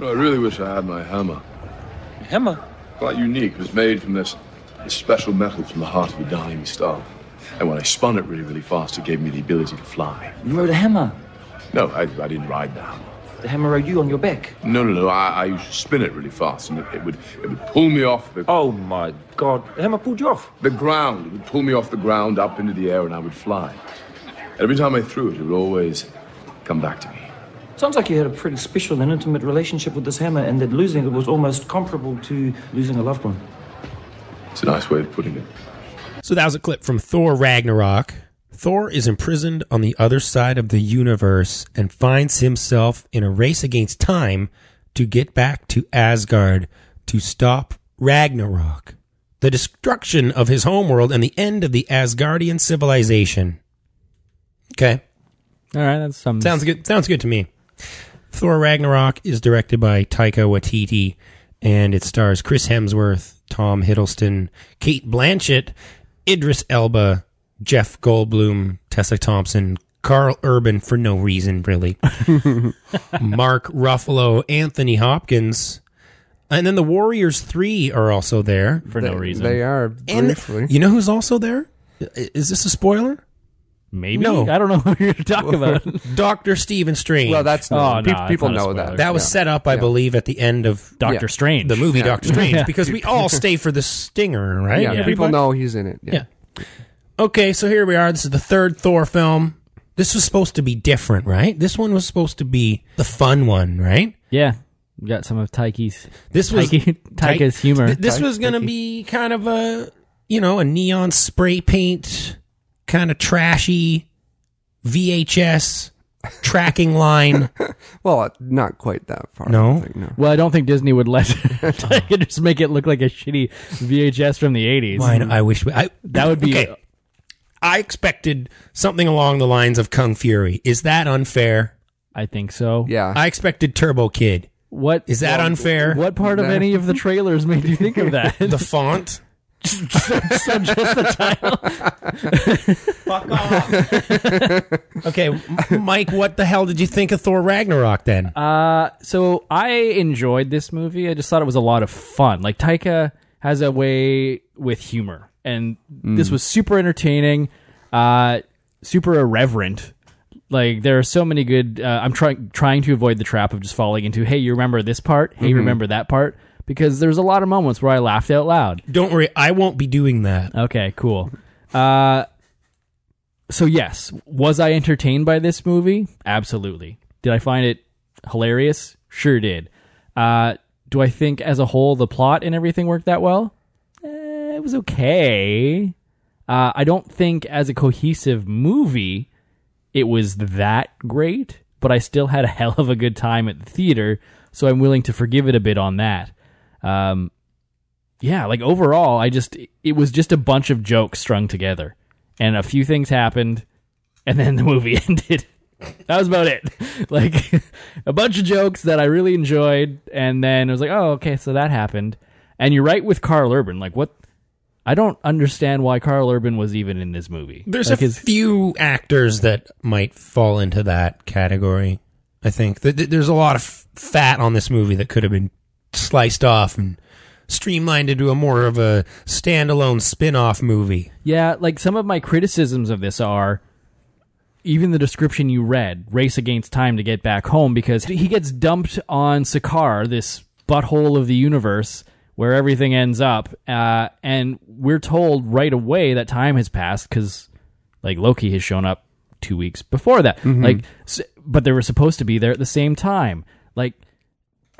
I really wish I had my hammer. Emma. Quite unique. It was made from this, this special metal from the heart of a dying star. And when I spun it really, really fast, it gave me the ability to fly. You rode a hammer. No, I, I didn't ride the hammer. The hammer rode you on your back. No, no, no. I, I used to spin it really fast, and it, it would it would pull me off the, Oh my god. The hammer pulled you off. the ground. It would pull me off the ground up into the air, and I would fly. Every time I threw it, it would always come back to me. Sounds like you had a pretty special and intimate relationship with this hammer, and that losing it was almost comparable to losing a loved one. It's a nice way of putting it. So that was a clip from Thor Ragnarok. Thor is imprisoned on the other side of the universe and finds himself in a race against time to get back to Asgard to stop Ragnarok, the destruction of his homeworld and the end of the Asgardian civilization. Okay. All right, that's some Sounds good. Sounds good to me. Thor Ragnarok is directed by Taika Waititi and it stars Chris Hemsworth, Tom Hiddleston, Kate Blanchett, Idris Elba, Jeff Goldblum, Tessa Thompson, Carl Urban for no reason really, Mark Ruffalo, Anthony Hopkins, and then the Warriors Three are also there. for no They- reason. They are And briefly. you know who's also there? I- Is this a *laughs* spoiler? Maybe No. I don't know *laughs* what you're *laughs* talking about. Doctor Stephen Strange. well, that's Oh, no, no, pe- it's people not a know spoiler. that. that was Yeah. set up, I believe, at the end of Doctor Yeah. Strange. the movie Doctor Strange Yeah. because we all stay for the stinger, right? Yeah, Everybody? people know he's in it. Yeah. Yeah. Okay, so here we are. This is the third Thor film. This was supposed to be different, right? This one was supposed to be the fun one, right? Yeah, we got some of Tyke's. This was Taiki- Taika's Taik- humor. th- this was going to be kind of a, you know, a neon spray paint, kind of trashy VHS tracking line. *laughs* Well, not quite that far. I No? don't think, no. Well, I don't think Disney would let *laughs* Taika just make it look like a shitty VHS from the '80s. Mine, I wish we, I, That would be Okay. I expected something along the lines of Kung Fury. Is that unfair? I think so. Yeah. I expected Turbo Kid. What Is that unfair? *laughs* What part of No. any of the trailers made you think of that? The font? So just the title. Fuck off. okay, M- Mike, what the hell did you think of Thor Ragnarok then? Uh, so I enjoyed this movie. I just thought it was a lot of fun. Like Taika has a way with humor, and this was super entertaining, uh, super irreverent. Like there are so many good. Uh, I'm trying trying to avoid the trap of just falling into. Hey, you remember this part? Hey, remember that part? Because there's a lot of moments where I laughed out loud. Don't worry, I won't be doing that. Okay, cool. Uh, so yes, was I entertained by this movie? Absolutely. Did I find it hilarious? Sure did. Uh, do I think as a whole the plot and everything worked that well? Eh, it was okay. Uh, I don't think as a cohesive movie it was that great, but I still had a *laughs* hell of a good time at the theater, so I'm willing to forgive it a bit on that. Um, yeah, like overall, I just it was just a bunch of jokes strung together, and a few things happened, and then the movie *laughs* ended. That was about it. *laughs* Like a bunch of jokes that I really enjoyed, and then it was like, oh, okay, so that happened. And you're right with Carl Urban. Like, what? I don't understand why Carl Urban was even in this movie. There's like a few actors that might fall into that category, I think. Th- th- There's a lot of f- fat on this movie that could have been sliced off and streamlined into a more of a standalone spin off movie. Yeah, like some of my criticisms of this are even the description you read, race against time to get back home, because he gets dumped on Sakaar, this butthole of the universe where everything ends up, uh, and we're told right away that time has passed because, like Loki has shown up two weeks before that, Mm-hmm. like, s- but they were supposed to be there at the same time, like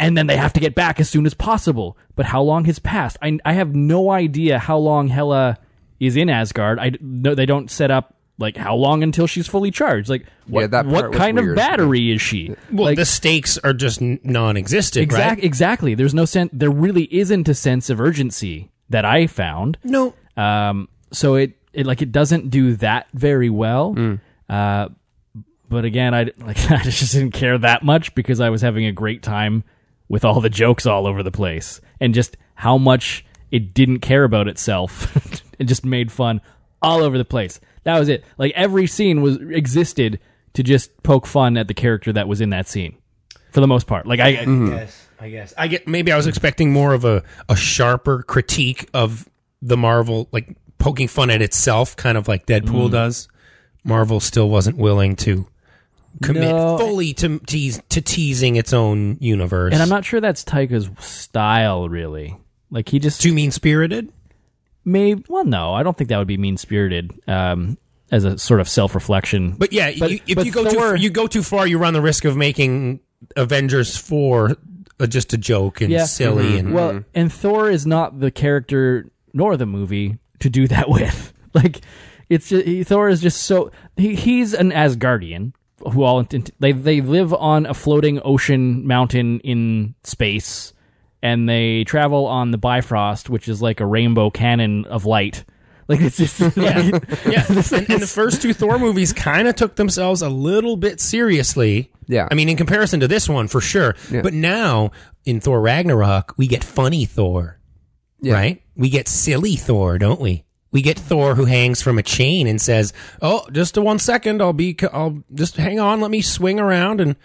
and then they have to get back as soon as possible. But how long has passed? I, I have no idea how long Hela is in Asgard. I d- no, they don't set up like how long until she's fully charged. Like what Yeah, that part what was kind of weird. battery is she? Well, like, the stakes are just n- non existent, exact- right? exactly. There's no sense. There really isn't a sense of urgency that I found. No, Um, so it, it like it doesn't do that very well. Uh, but again, I *laughs* like I just didn't care that much because I was having a great time with all the jokes all over the place and just how much it didn't care about itself. *laughs* it just made fun all over the place. That was it. Like every scene was existed to just poke fun at the character that was in that scene. For the most part, like I, Yes, I guess. I get maybe I was expecting more of a, a sharper critique of the Marvel, like poking fun at itself, kind of like Mm-hmm. Deadpool does. Marvel still wasn't willing to commit No. fully to tease to teasing its own universe. and I'm not sure that's Taika's style, really. Like he just too mean spirited. maybe well no i don't think that would be mean spirited um as a sort of self-reflection But yeah, But- you, if but you go Thor- too you go too far, you run the risk of making Avengers four uh, just a joke and Yeah. silly and well and thor is not the character nor the movie to do that *laughs* with like it's just, he, thor is just so he, he's an asgardian who all int- they they live on a floating ocean mountain in space and they travel on the bifrost which is like a rainbow cannon of light Like it's just *laughs* Yeah, like- yeah. And, and the first two Thor movies kind of took themselves a little bit seriously. Yeah. I mean, in comparison to this one, for sure. Yeah. But now in Thor Ragnarok, we get funny Thor, Yeah. right? We get silly Thor, don't we? We get Thor who hangs from a chain and says, "Oh, just a one second. I'll be. I'll just hang on. Let me swing around." And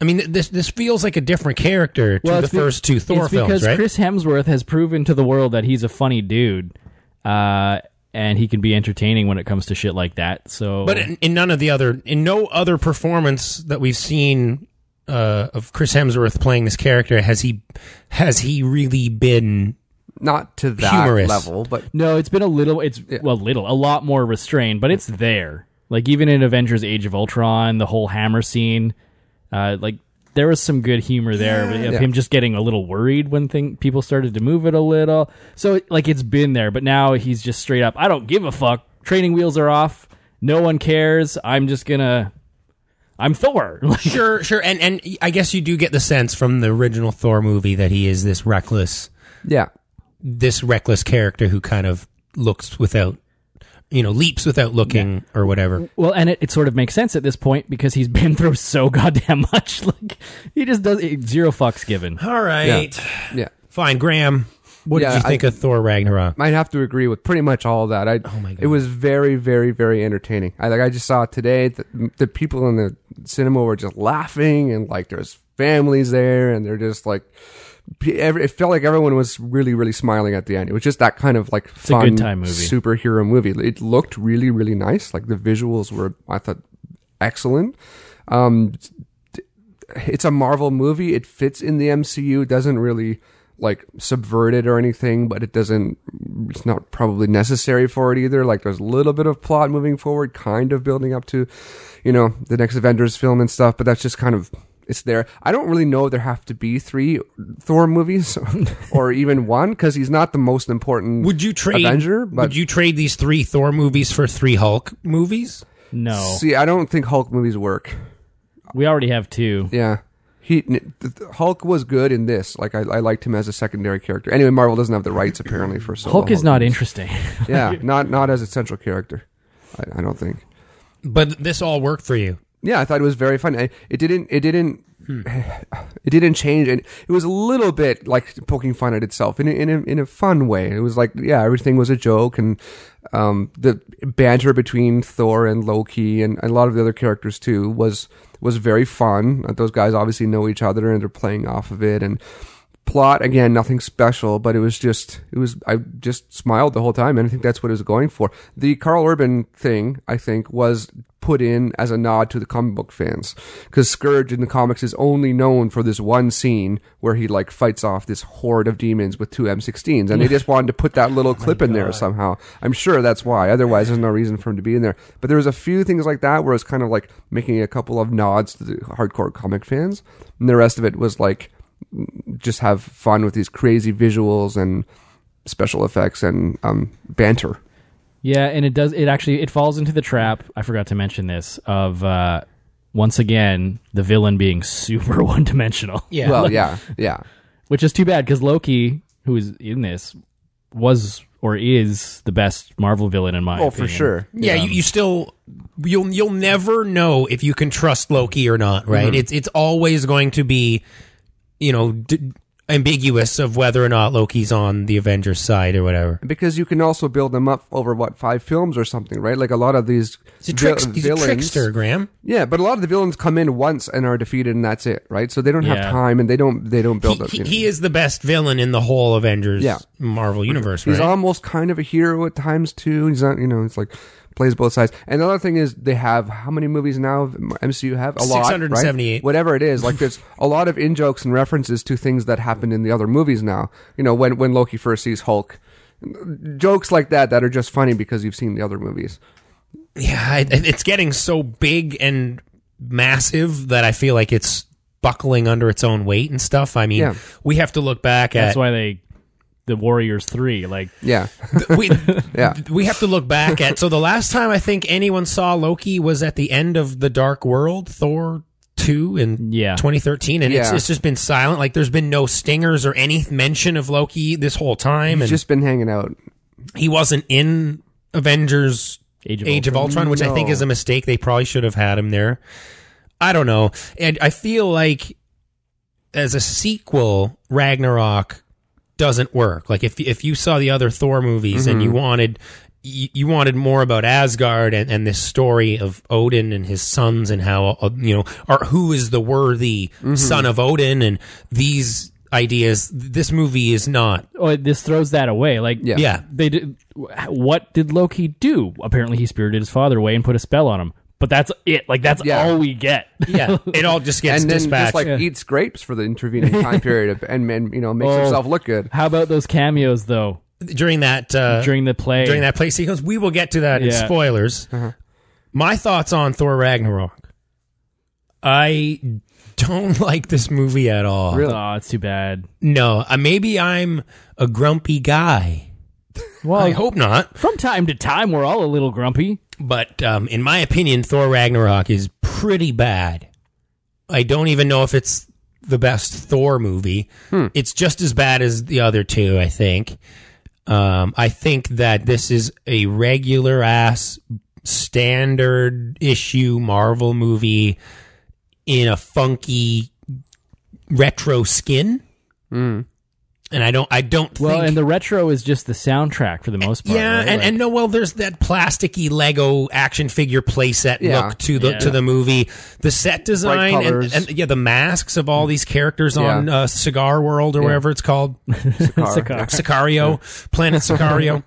I mean, th- this this feels like a different character to the it's be- first two Thor it's films, because right? Chris Hemsworth has proven to the world that he's a funny dude, uh, and he can be entertaining when it comes to shit like that. So, But in, in none of the other, in no other performance that we've seen uh, of Chris Hemsworth playing this character has he has he really been Not to that Humorous. level, but no, it's been a little. It's well, little, a lot more restrained, but it's there. Like even in Avengers: Age of Ultron, the whole hammer scene, uh, like there was some good humor there of Yeah. him just getting a little worried when thing people started to move it a little. So like it's been there, but now he's just straight up. I don't give a fuck. Training wheels are off. No one cares. I'm just gonna. I'm Thor. *laughs* Like, sure sure and and I guess you do get the sense from the original Thor movie that he is this reckless yeah. this reckless character who kind of looks without you know leaps without looking or whatever Well, and it, it sort of makes sense at this point because he's been through so *laughs* goddamn much. Like he just does zero fucks given. all right Yeah. fine Graham what Yeah, did you I- think of Thor Ragnarok I'd have to agree with pretty much all of that. I, oh my God. It was very, very, very entertaining. I like. I just saw it today. The, the people in the cinema were just laughing, and like there's families there, and they're just like. pe- every- It felt like everyone was really, really smiling at the end. It was just that kind of like a fun good time movie. superhero movie. It looked really, really nice. Like the visuals were, I thought, excellent. Um, it's a Marvel movie. It fits in the MCU. It doesn't really like subvert it or anything, but it doesn't. It's not probably necessary for it either. Like there's a little bit of plot moving forward, kind of building up to, you know, the next Avengers film and stuff. But that's just kind of it's there. I don't really know if there have to be three *laughs* Thor movies or even one because he's not the most important. would you trade Avenger? But would you trade these three Thor movies for three Hulk movies No, see, I don't think Hulk movies work. we already have two. Yeah. He n- th- th- Hulk was good in this. Like I, I liked him as a secondary character. Anyway, Marvel doesn't have the rights apparently for so. Hulk is not interesting. *laughs* Yeah, not not as a central character. I, I don't think. but this all worked for you Yeah, I thought it was very fun. I- It didn't. It didn't. *sighs* It didn't change, and it was a little bit like poking fun at itself in a, in a, in a fun way. It was like, yeah, everything was a joke, and um, the banter between Thor and Loki and, and a lot of the other characters too was was very fun. Those guys obviously know each other, and they're playing off of it, and plot again nothing special but it was just it was i just smiled the whole time and i think that's what it was going for the carl urban thing i think was put in as a nod to the comic book fans because scourge in the comics is only known for this one scene where he like fights off this horde of demons with two m16s and they just wanted to put that *laughs* little clip in there somehow i'm sure that's why otherwise there's no reason for him to be in there but there was a few things like that where it's kind of like making a couple of nods to the hardcore comic fans and the rest of it was like just have fun with these crazy visuals and special effects and um, banter. Yeah, and it does. It actually it falls into the trap. I forgot to mention this of uh, once again the villain being *laughs* super one dimensional. yeah Well, yeah, yeah, which is too bad because Loki, who is in this, was or is the best Marvel villain in my. Oh, for opinion. sure. Yeah, you, you still you'll you'll never know if you can trust Loki or not, Mm-hmm. right? It's it's always going to be, you know, d- ambiguous of whether or not Loki's on the Avengers side or whatever. Because you can also build them up over what five films or something, right? Like a lot of these He's a, vil- trickst- he's a villains- trickster, Graham. Yeah, but a lot of the villains come in once and are defeated, and that's it, right? So they don't Yeah. have time, and they don't they don't He, build up. he, you know. he is the best villain in the whole Avengers Yeah. Marvel universe, right? He's almost kind of a hero at times too. He's not, you know, it's like plays both sides. And the other thing is they have how many movies now MCU have? A lot, right? 678. Whatever it is, like there's a lot of in jokes and references to things that happened in the other movies now. You know, when when Loki first sees Hulk, jokes like that that are just funny because you've seen the other movies. yeah, it, it's getting so big and massive that I feel like it's buckling under its own weight and stuff. I mean, Yeah. we have to look back at That's why they, the Warriors Three, like Yeah, we, Yeah. we have to look back at. So the last time I think anyone saw Loki was at the end of the Dark World, Thor two in Yeah. 2013, and it's, Yeah. it's just been silent. Like there's been no stingers or any mention of Loki this whole time, he's and just been hanging out. he wasn't in Avengers Age of Age of Ultron, which I think is a mistake. They probably should have had him there. I don't know. And I feel like as a sequel, Ragnarok doesn't work. Like if if you saw the other Thor movies and Mm-hmm. you wanted you you wanted more about Asgard and, and this story of Odin and his sons and how uh, you know or who is the worthy Mm-hmm. son of Odin and these ideas. This movie is not. Oh, this throws that away. Like, Yeah. Yeah, they did, what did Loki do? Apparently, he spirited his father away and put a spell on him. But that's it. Like that's Yeah. all we get. *laughs* yeah. It all just gets and then dispatched. just like eats grapes for the intervening *laughs* time period, of, and, and you know makes Oh. himself look good. How about those cameos though during that uh, during the play? during that play sequence. We will get to that in Yeah. spoilers. My thoughts on Thor Ragnarok. I don't *laughs* like this movie at all. Oh, it's too bad. No, uh, maybe I'm a grumpy guy. Well, I hope not. from time to time we're all a little grumpy. But um, in my opinion, Thor Ragnarok is pretty bad. I don't even know if it's the best Thor movie. Hmm. It's just as bad as the other two, I think. Um, I think that this is a regular ass standard issue Marvel movie in a funky retro skin. And I don't, I don't Hmm. Well, think. and the retro is just the soundtrack for the most part. Yeah, right? and, Like- and no, well, there's that plasticky Lego action figure playset Yeah. look to the Yeah. to the movie, the set design, and, colours. and yeah, the masks of all these characters on Yeah. uh, Cigar World or Yeah. wherever it's called, Sakaar. *laughs* Sicario, Planet Sicario,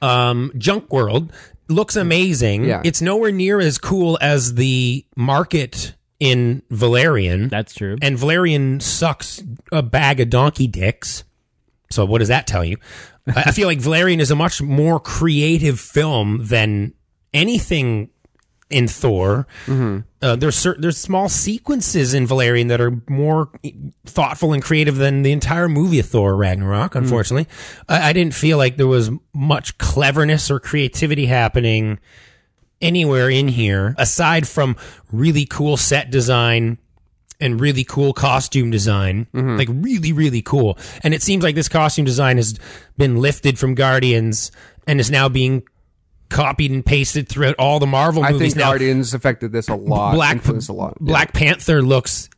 um, Junk World looks amazing. Yeah. It's nowhere near as cool as the market in Valerian, That's true. and Valerian sucks a bag of donkey dicks. So what does that tell you? I I feel like Valerian is a much more creative film than anything in Thor. Uh, there's certain there's small sequences in Valerian that are more thoughtful and creative than the entire movie of Thor Ragnarok. Unfortunately, I, I didn't feel like there was much cleverness or creativity happening anywhere in here aside from really cool set design and really cool costume design. Mm-hmm. Like really, really cool. And it seems like this costume design has been lifted from Guardians and is now being copied and pasted throughout all the Marvel I movies think now. Guardians affected this a lot. Black influenced a lot. Yeah. Black Panther looks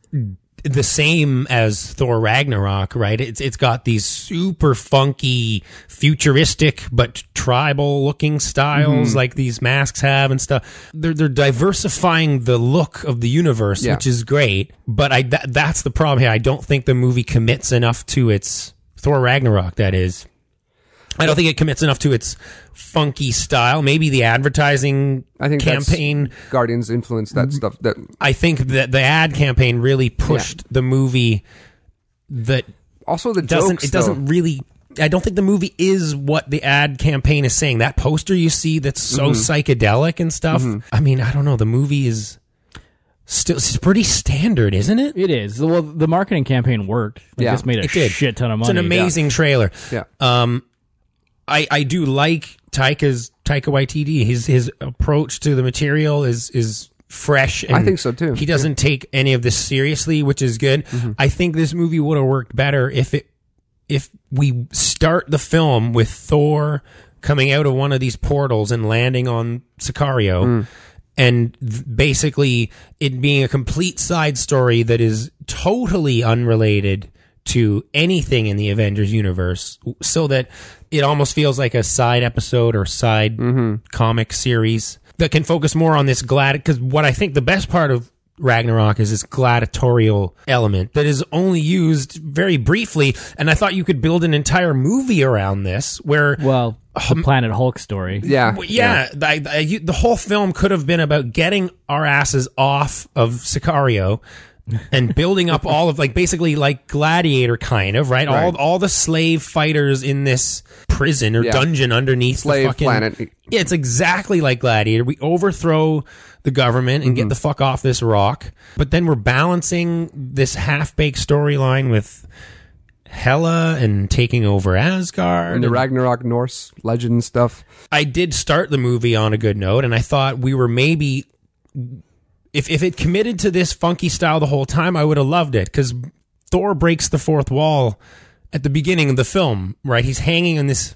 the same as Thor Ragnarok, right? It's it's got these super funky, futuristic but tribal looking Mm-hmm. styles like these masks have and stuff. They're they're diversifying the look of the universe, Yeah. which is great. But I that, that's the problem here. I don't think the movie commits enough to its Thor Ragnarok. That is. I don't think it commits enough to its funky style. Maybe the advertising I think that's- campaign Mm-hmm. Guardians influenced that stuff. That I think that the ad campaign really pushed the movie that also the doesn't jokes. it doesn't though. really I don't think the movie is what the ad campaign is saying. That poster you see that's so Mm-hmm. psychedelic and stuff. I mean, I don't know, the movie is still it's pretty standard, isn't it? It is. Well, the marketing campaign worked. Like, Yeah. this made a It did. shit ton of It's money. an amazing trailer. Yeah. Um I I do like Taika's Taika Waititi. His his approach to the material is is fresh and I think so, too. Mm-hmm. He doesn't take any of this seriously, which is good. I think this movie would have worked better if it if we start the film with Thor coming out of one of these portals and landing on Sicario Mm. and th- basically it being a complete side story that is totally unrelated to anything in the Avengers universe w- so that it almost feels like a side episode or side comic series that can focus more on this glad because what I think the best part of Ragnarok is this gladiatorial element that is only used very briefly and I thought you could build an entire movie around this where Yeah. Well, the Planet Hulk story. Yeah, well, Um, yeah, I- I- you- the whole film could have been about getting our asses off of Sicario *laughs* and building up all of like basically like gladiator kind of right, all Right. all the slave fighters in this prison or Yeah. dungeon underneath Slave the fucking planet. yeah, it's exactly like Gladiator. We overthrow the government and Mm-hmm. get the fuck off this rock, but then we're balancing this half baked storyline with Hela and taking over Asgard And the and- Ragnarok Norse legend stuff. I did start the movie on a good note, and I thought we were maybe if if it committed to this funky style the whole time, I would have loved it because Thor breaks the fourth wall at the beginning of the film. Right, he's hanging in this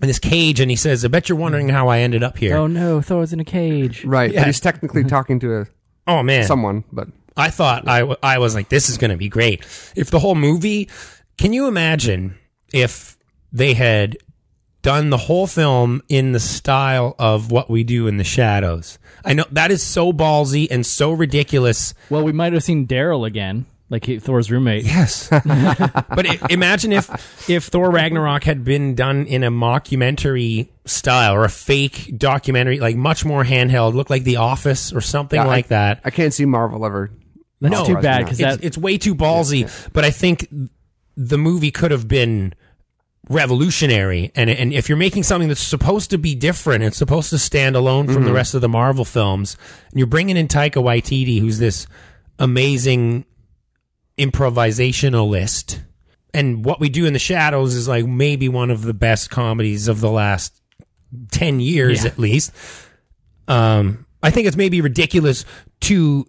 in this cage, and he says, "I bet you're wondering how I ended up here." Oh Oh, no, Thor's in a cage. Right. Yeah. Mm-hmm. But he's technically talking to Oh, man, a, someone, but I thought I, w- I was like, this is going to be great. If the whole movie, can you imagine if they had done the whole film in the style of what we do in the shadows? I know that is so ballsy and so ridiculous. Well, we might have seen Daryl again, like he, Thor's roommate. Yes. *laughs* but i imagine if if Thor Ragnarok had been done in a mockumentary style or a fake documentary, like much more handheld, looked like The Office or something Yeah, I- like that. I can't see Marvel ever. That's No. too bad It's- because it's, that it's way too ballsy. But I think the movie could have been revolutionary. And and if you're making something that's supposed to be different, it's supposed to stand alone from Mm-hmm. the rest of the Marvel films, and you're bringing in Taika Waititi, who's this amazing improvisationalist. And what we do in the shadows is like maybe one of the best comedies of the last 10 years at least. Um, I think it's maybe ridiculous to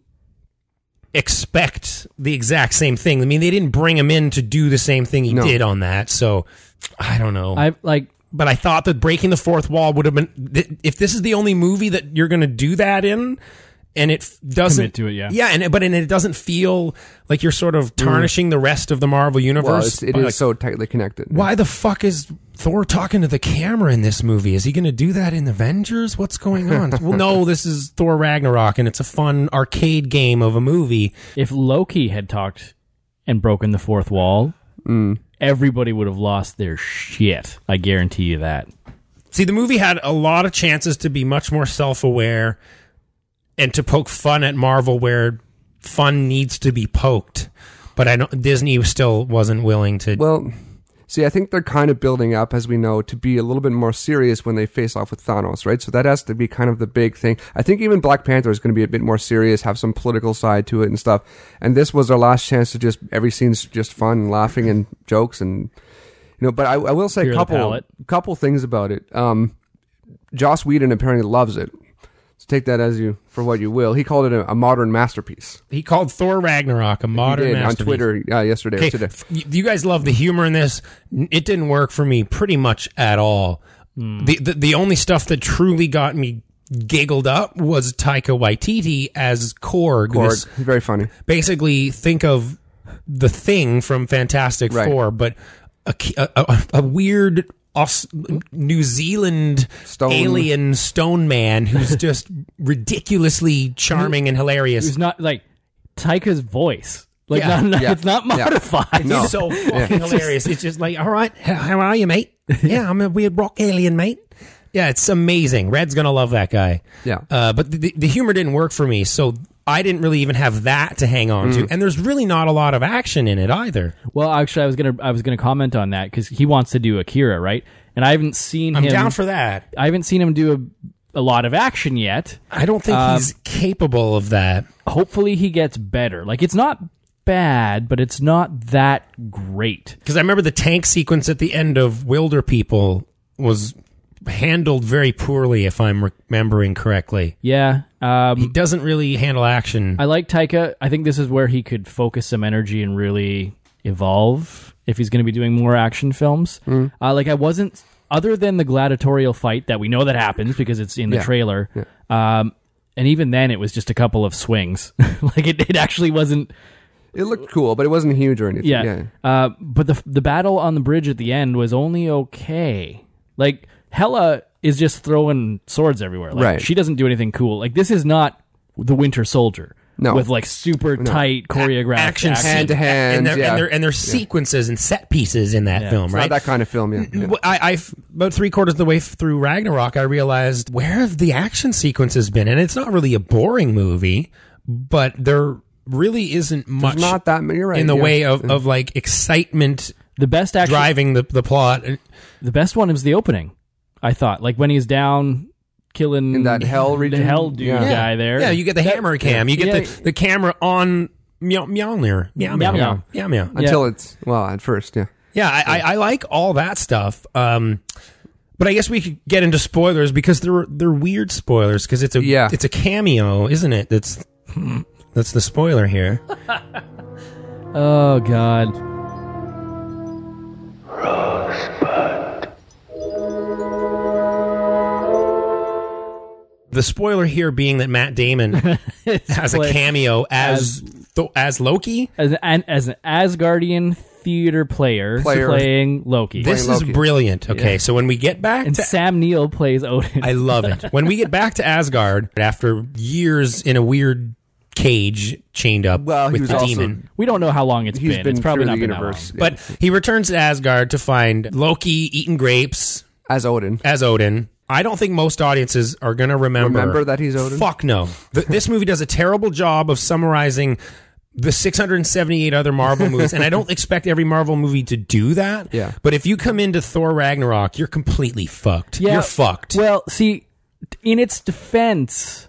expect the exact same thing. I mean, they didn't bring him in to do the same thing he No. did on that. So I don't know. I like but I thought that breaking the fourth wall would have been, th- if this is the only movie that you're going to do that in, and it f- Commit doesn't to it, yeah. yeah, and it- but and it doesn't feel like you're sort of tarnishing the rest of the Marvel universe. Well, it's, it by, is like, so tightly connected. why the fuck is Thor talking to the camera in this movie? Is he going to do that in Avengers? What's going *laughs* on? well, no, this is Thor Ragnarok, and it's a fun arcade game of a movie. if Loki had talked and broken the fourth wall, everybody would have lost their shit. I guarantee you that. See, the movie had a lot of chances to be much more self aware and to poke fun at Marvel where fun needs to be poked. But I don't, Disney still wasn't willing to. Well, see, I think they're kind of building up, as we know, to be a little bit more serious when they face off with Thanos, right? So that has to be kind of the big thing. I think even Black Panther is going to be a bit more serious, have some political side to it and stuff. And this was our last chance to just every scene's just fun and laughing and jokes and you know. But I, I will say Clear a the couple palate. couple things about it. Um, Joss Whedon apparently loves it. So take that as you for what you will. He called it a, a modern masterpiece. he called Thor Ragnarok a He modern did on masterpiece. Twitter uh, yesterday or Okay, today. f- y- you guys love the humor in this. N- It didn't work for me pretty much at all. The, the the only stuff that truly got me giggled up was Taika Waititi as Korg. Korg, This- very funny. basically, think of the thing from Fantastic Right. Four, but a ki- a, a, a weird. Aus- New Zealand Stone. alien stone man *laughs* who's just ridiculously charming and hilarious. It's not like Tyka's voice. Like Yeah. not, Yeah. it's not Yeah. modified. No. It's so *laughs* fucking hilarious. It's just like, all right, h- how are you, mate? Yeah, I'm a weird rock alien, mate. Yeah, it's amazing. Red's gonna love that guy. Yeah. Uh, but the- the, the humor didn't work for me, so I didn't really even have that to hang on Mm. to. And there's really not a lot of action in it either. Well, actually, I was gonna I was gonna comment on that because he wants to do Akira, right? And I haven't seen I'm him. down for that. I haven't seen him do a, a lot of action yet. I don't think Um, he's capable of that. Hopefully, he gets better. Like it's not bad, but it's not that great. Because I remember the tank sequence at the end of Wilder People was handled very poorly, if I'm remembering correctly. Yeah. Um, He doesn't really handle action. Mm-hmm. I like Taika. I think this is where he could focus some energy and really evolve if he's going to be doing more action films. Mm. Uh, like I wasn't, other than the gladiatorial fight that we know that happens because it's in the Yeah. trailer. Um, and even then, it was just a couple of swings. *laughs* like it, it actually wasn't. It looked cool, but it wasn't huge or anything. Yeah. yeah. Uh, but the the battle on the bridge at the end was only okay. Like Hella is just throwing swords everywhere. Like, Right. She doesn't do anything cool. Like this is not the Winter Soldier. No. With like super tight choreographed action action. Hand to hand, and their, yeah. and their, and their sequences and set pieces in that film, It's right? Not that kind of film, yeah. yeah. Well, I, I about three quarters of the way f- through Ragnarok, I realized where have the action sequences been, and it's not really a boring movie, but there really isn't much not that many, you're right, in the yeah. Mm. way of, of like excitement The best action, driving the the plot. the best one is the opening. I thought, like when he's down killing In that hell region? the hell dude Yeah. guy there. yeah, you get the hammer cam, you get yeah. the, the camera on. Meow, Mjolnir. Meow, Meow, meow, meow, meow. meow, meow. Until it's well, at first, yeah. Yeah, I, I, I like all that stuff. Um, but I guess we could get into spoilers because they're they're weird spoilers because it's a Yeah. it's a cameo, isn't it? That's that's the spoiler here. Oh *laughs* god. Rosebud, The spoiler here being that Matt Damon has a play- cameo as tho- as Loki. as an as an Asgardian theater player, Player. playing Loki. This is Loki. brilliant. Okay, so when we get back and to Sam Neill plays Odin. I love it. When we get back to Asgard after years in a weird cage chained up Well, he with was the also- demon. we don't know how long it's He's been. been, It's probably through not the been universe that yeah. But he returns to Asgard to find Loki eating grapes as Odin. as Odin. I don't think most audiences are going to remember. Remember that he's Odin? Fuck no. Th- this movie does a terrible job of summarizing the 678 other *laughs* Marvel movies, and I don't expect every Marvel movie to do that. Yeah. But if you come into Thor Ragnarok, you're completely fucked. long. Yeah, You're fucked. Well, see, in its defense,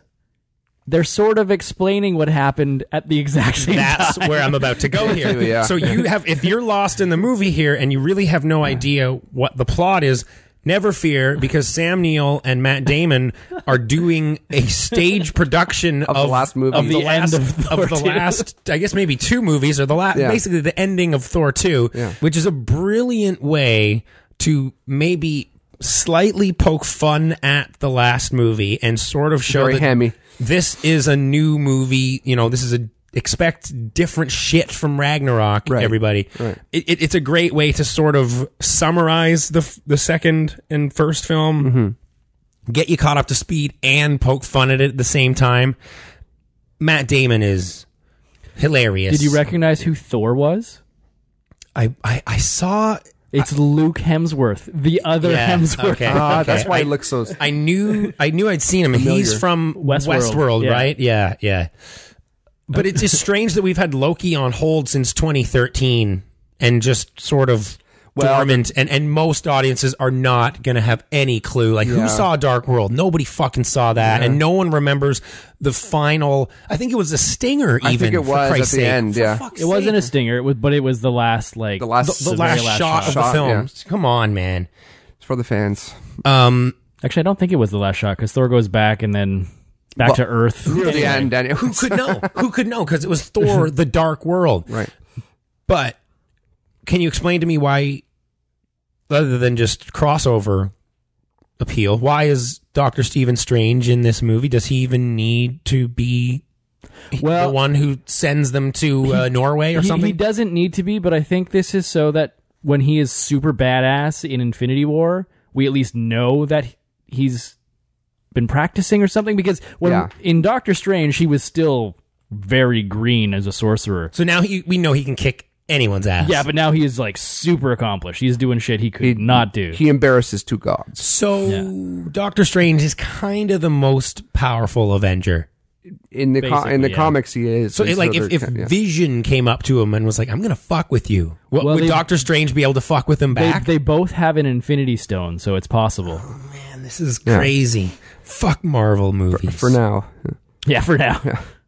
they're sort of explaining what happened at the exact *laughs* same That's time. where I'm about to go here. *laughs* Yeah. So you have, if you're lost in the movie here and you really have no idea what the plot is, never fear because Sam Neill and Matt Damon are doing a stage production of, the last movie. of the, The last, end of of, Thor the 2. last, I guess maybe two movies or the last, Yeah. basically the ending of Thor two, Yeah. which is a brilliant way to maybe. Slightly poke fun at the last movie and sort of show Very that hammy. this is a new movie. You know, this is a expect different shit from Ragnarok. Right. Everybody, Right. It, it, it's a great way to sort of summarize the f- the second and first film, get you caught up to speed, and poke fun at it at the same time. Matt Damon is hilarious. Did you recognize who Thor was? I I, I saw. It's Luke Hemsworth, the other Yeah, Hemsworth. okay. *laughs* Ah, that's why I- he looks so. I knew I knew I'd seen him. He's Familiar. from Westworld, Westworld, yeah. right? Yeah, yeah. But it's just strange that we've had Loki on hold since 2013 and just sort of Well- dormant. And, and most audiences are not going to have any clue. Like, who Yeah. saw Dark World? Nobody fucking saw that. And no one remembers the final. I think it was a stinger, even. I think it for was at Christ's the sake. end, For yeah. fuck's *laughs* It wasn't sake. a stinger, it was, but it was the last like The last, The, the very last, last shot, of shot. the film. Yeah. Come on, man. It's for the fans. Um, Actually, I don't think it was the last shot because Thor goes back and then back Well, to Earth. Near the end, and it who was- could know? who could know? Because it was Thor: The *laughs* Dark World. Right. But can you explain to me why, other than just crossover appeal, why is Doctor Stephen Strange in this movie? Does he even need to be Well, the one who sends them to uh, Norway or he, something? he doesn't need to be, but I think this is so that when he is super badass in Infinity War, we at least know that he- he's been practicing or something. Because when Yeah. in Doctor Strange, he was still very green as a sorcerer. so now he, we know he can kick anyone's ass. Yeah, but now he is like super accomplished. He's doing shit he could He- not do. He embarrasses two gods. so Doctor Strange is kind of the most powerful Avenger. In the co- in Basically, the yeah. comics, he is. So, and it, like, if, they're- if yeah. Vision came up to him and was like, "I'm gonna fuck with you," what, Well, would they- Doctor Strange be able to fuck with him They, back? they both have an Infinity Stone, so it's possible. *laughs* Man, this is Yeah. crazy. Fuck Marvel movies. for now, Yeah, for now.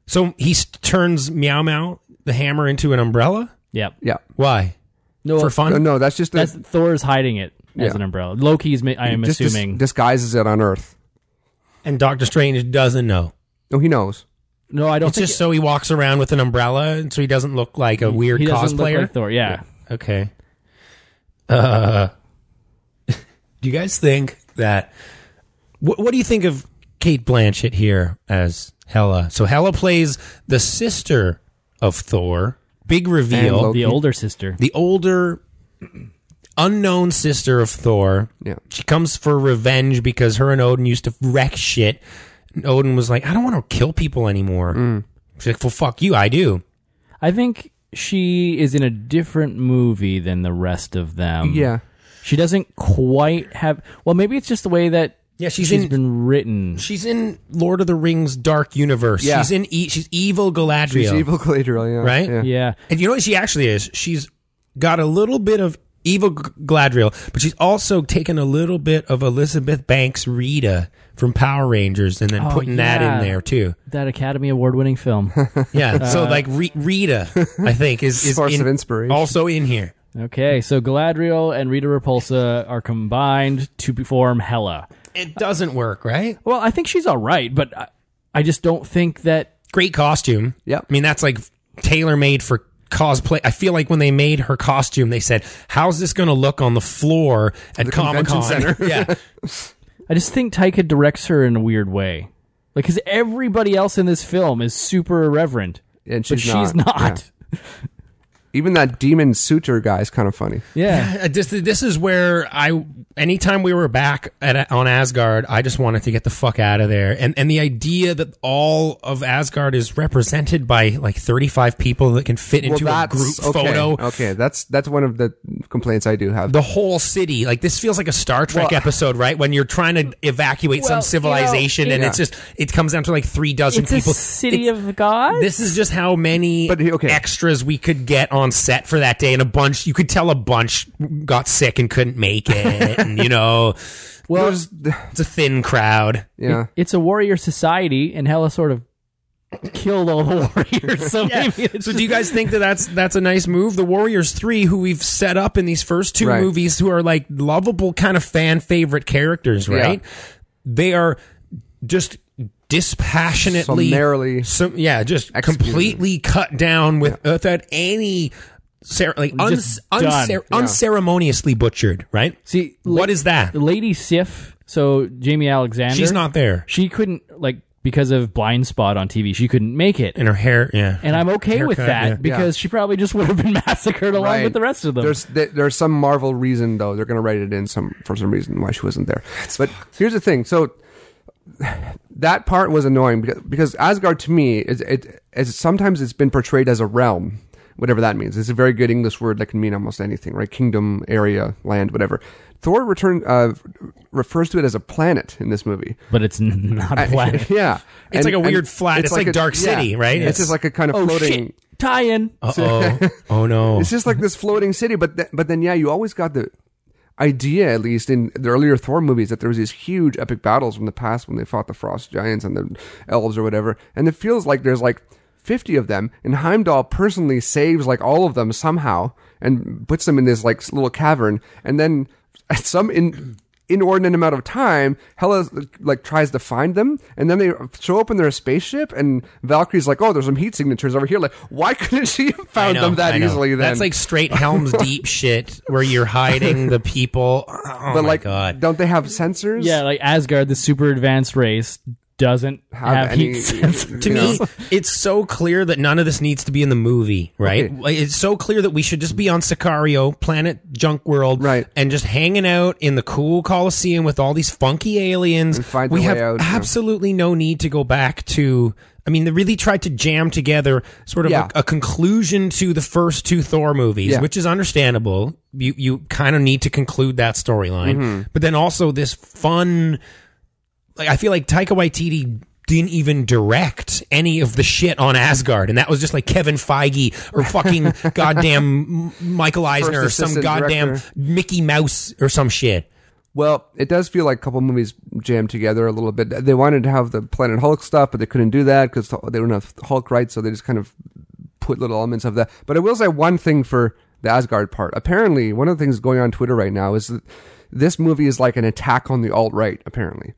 So he s- turns Meow Meow the hammer into an umbrella. Yep. yeah, Why? uh, No, for fun? no, no, that's just a, that's Thor's hiding it as Yeah. an umbrella. Loki's, ma- I am just dis- assuming. disguises it on Earth. And Doctor Strange doesn't know. Oh, he knows. no, I don't It's think just so he walks around with an umbrella, and so he doesn't look like a weird he doesn't look cosplayer. like Thor. Yeah. Okay. Uh, *laughs* do you guys think that? What, what do you think of Kate Blanchett here as Hela? So Hela plays the sister of Thor. Big And reveal. Loki. the older sister. The older, unknown sister of Thor. Yeah. She comes for revenge because her and Odin used to wreck shit. And Odin was like, I don't want to kill people anymore. Mm. She's like, well, fuck you, I do. I think she is in a different movie than the rest of them. Yeah, she doesn't quite have. Well, maybe it's just the way that Yeah, she's she's in- been written. She's in Lord of the Rings Dark Universe. Yeah. She's in e- she's evil Galadriel. she's evil *laughs* Galadriel. Yeah, Right? Yeah. Yeah, And you know what she actually is? She's got a little bit of evil G- Galadriel, but she's also taken a little bit of Elizabeth Banks Rita from Power Rangers and then Oh, putting that yeah. in there too. that Academy Award winning film. Yeah. *laughs* so like Re- Rita, I think is, is Source in- of inspiration. Also in here. okay, so Galadriel and Rita Repulsa are combined to form Hela. It doesn't work, right? Well, I think she's all right, but I, I just don't think that. Great costume. Yep. I mean that's like tailor made for cosplay. I feel like when they made her costume, they said, "How's this going to look on the floor at convention Comic Con?" center. *laughs* yeah. I just think Taika directs her in a weird way. Like, because everybody else in this film is super irreverent, And but she's not. she's not. Even that demon suitor guy is kind of funny. Yeah. Uh, This, this is where I, anytime we were back at, on Asgard, I just wanted to get the fuck out of there. And and the idea that all of Asgard is represented by like thirty five people that can fit into a group okay. photo, Okay, that's that's one of the complaints I do have. the whole city, like this feels like a Star Trek Well- episode, right? When you're *laughs* trying to evacuate Well, you know, some civilization, and it- it's just it comes down to like three dozen It's a people. city It's- of gods? This is just how many But, okay. extras we could get on set for that day, and a bunch. You could tell a bunch got sick and couldn't make it, and you know. Well, There's- It's a thin crowd. yeah. it's a warrior society, and Hela sort of killed all the *laughs* warriors. So maybe *laughs* it's So just- do you guys think that that's that's a nice move? The Warriors 3 who we've set up in these first two Right. movies who are like lovable kind of fan favorite characters, right? They are just dispassionately Summarily some, yeah, just executed. completely cut down with without any cer- like uns, Just done. uncer- Yeah. unceremoniously butchered, right? see What is that? Lady Sif? So Jamie Alexander. She's not there. She couldn't like because of blind spot on TV. She couldn't make it. And her hair, yeah. And I'm okay with Haircut, that yeah. because she probably just would have been *laughs* massacred along Right. with the rest of them. There's there- there's some Marvel reason though. They're going to write it in some for some reason why she wasn't there. But here's the thing. So that part was annoying because, because Asgard to me is it is sometimes it's been portrayed as a realm, whatever that means. It's a very good English word that can mean almost anything, right? Kingdom, area, land, whatever. Thor return uh, refers to it as a planet in this movie. but it's n- not a *laughs* planet. yeah, It's like a weird flat- it's like Dark City, right? It's, It's- just like a kind of Oh floating. shit! Tie-in. *laughs* Uh-oh. oh no. It's just like this floating city, but th- but then yeah, you always got the idea, at least in the earlier Thor movies, that there was these huge epic battles from the past when they fought the frost giants and the elves or whatever, and it feels like there's like fifty of them, and Heimdall personally saves like all of them somehow and puts them in this like little cavern, and then *laughs* at some in inordinate amount of time, Hela like tries to find them, and then they show up in their spaceship, and Valkyrie's like, "Oh, there's some heat signatures over here." Like, why *laughs* couldn't she have I found know, them that I know. easily? Then That's like straight Helm's *laughs* Deep shit where you're hiding the people. Oh but my like, god. don't they have sensors? Yeah, like Asgard, the super advanced race, doesn't Have have, any- heat sensors. to me, it's so clear that none of this needs to be in the movie, right? Okay. Like, It's so clear that we should just be on Sicario, Planet Junk World, Right. and just hanging out in the cool Coliseum with all these funky aliens. And find we the way have out, yeah. absolutely no need to go back to. I mean, they really tried to jam together sort of Yeah. a, a conclusion to the first two Thor movies, Yeah. which is understandable. You you kind of need to conclude that storyline, Mm-hmm. but then also this fun like I feel like Taika Waititi didn't even direct any of the shit on Asgard, and that was just like Kevin Feige or fucking *laughs* goddamn M- Michael Eisner or some assistant goddamn director. Mickey Mouse or some shit. Well, it does feel like a couple movies jammed together a little bit. They wanted to have the Planet Hulk stuff, but they couldn't do that because they don't have Hulk rights, so they just kind of put little elements of that. But I will say one thing for the Asgard part. Apparently, one of the things going on Twitter right now is that this movie is like an attack on the alt right. Apparently.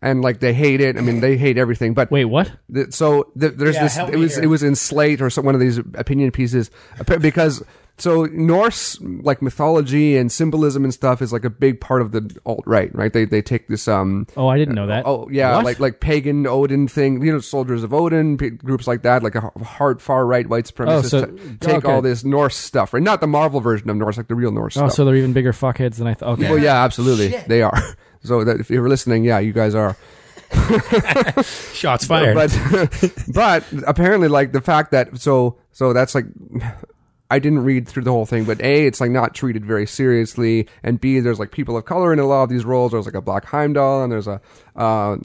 And like they hate it. I mean, they hate everything. But Wait, what? The, so th there's Yeah, this. help It me was here. it was in Slate or some, one of these opinion pieces appa- because so Norse like mythology and symbolism and stuff is like a big part of the alt right, right? They they take this um Oh, I didn't know that. oh yeah What? like like pagan Odin thing, you know, soldiers of Odin p- groups like that, like a h- hard far right white supremacists so- t- take okay. all this Norse stuff, right? Not the Marvel version of Norse, like the real Norse. Oh, stuff. so they're even bigger fuckheads than I thought. Okay. Oh yeah, absolutely, they are. *laughs* So that if you're listening, yeah, you guys are. Shots fired. But *laughs* but apparently, like the fact that so so that's like. I didn't read through the whole thing, but A, it's like not treated very seriously, and B, there's like people of color in a lot of these roles. There's like a Black Heimdall, and there's a uh,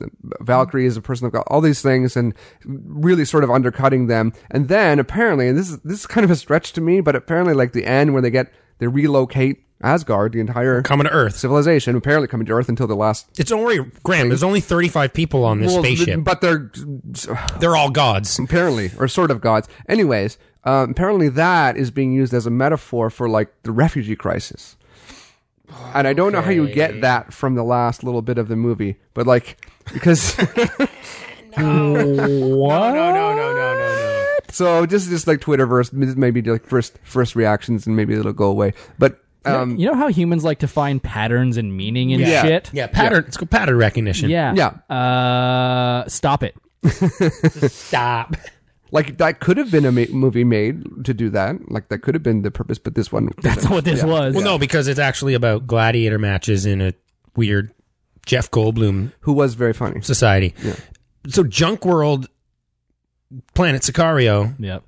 Valkyrie is a person of color, all these things, and really sort of undercutting them. And then apparently, and this is this is kind of a stretch to me, but apparently, like the end when they get they relocate Asgard, the entire Coming to Earth. civilization, apparently coming to Earth until the last It's don't worry, Graham. There's only 35 people on this Well, spaceship. but they're They're all gods. apparently, or sort of gods. Anyways, um, apparently that is being used as a metaphor for like the refugee crisis. And I don't know how you get that from the last little bit of the movie, but like because *laughs* No, no, no, no, no, no. so just just like Twitterverse, this may be like first first reactions, and maybe it'll go away. But Um, you know how humans like to find patterns and meaning and Yeah. shit? Yeah, pattern. It's called pattern recognition. Yeah. Yeah. Uh, stop it. *laughs* Stop. Like that could have been a ma- movie made to do that. Like that could have been the purpose, but this one. That's what this was. Well, no, because it's actually about gladiator matches in a weird Jeff Goldblum Who was very funny. society. So, Junk World, Planet Sicario. Yep.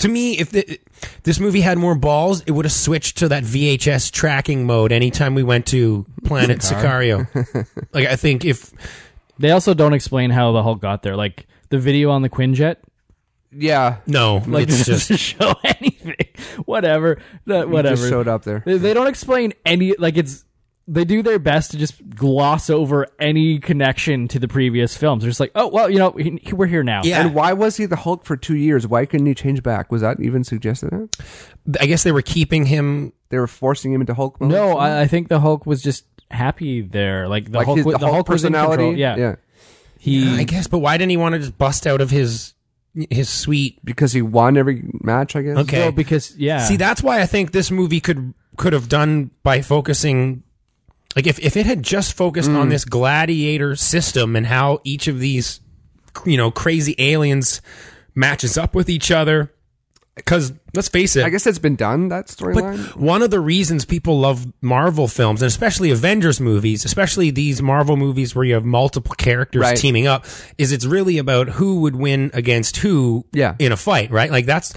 To me, if the, this movie had more balls, it would have switched to that VHS tracking mode anytime we went to Planet Sicario. *laughs* like, I think if They also don't explain how the Hulk got there. Like the video on the Quinjet. *laughs* Yeah. no, Like it's just doesn't show *laughs* anything. Whatever. That, He whatever. Just showed up there. They, they don't explain any. Like it's. They do their best to just gloss over any connection to the previous films. They're just like, oh well, you know, he, he- we're here now. *laughs* Yeah. And why was he the Hulk for two years? Why couldn't he change back? Was that even suggested? I guess they were keeping him. They were forcing him into Hulk mode. No, I, I think the Hulk was just happy there. Like the like Hulk, his, was- the, Hulk was in personality. control. Yeah. yeah. he. I guess, but why didn't he want to just bust out of his his suite? Because he won every match, I guess. Okay, No, because yeah. See, that's why I think this movie could could have done by focusing like if, if it had just focused Mm. on this gladiator system and how each of these you know crazy aliens matches up with each other cuz let's face it I guess that's been done. That storyline. but one of the reasons people love Marvel films, and especially Avengers movies, especially these Marvel movies where you have multiple characters Right. teaming up, is it's really about who would win against who Yeah. in a fight, right? Like that's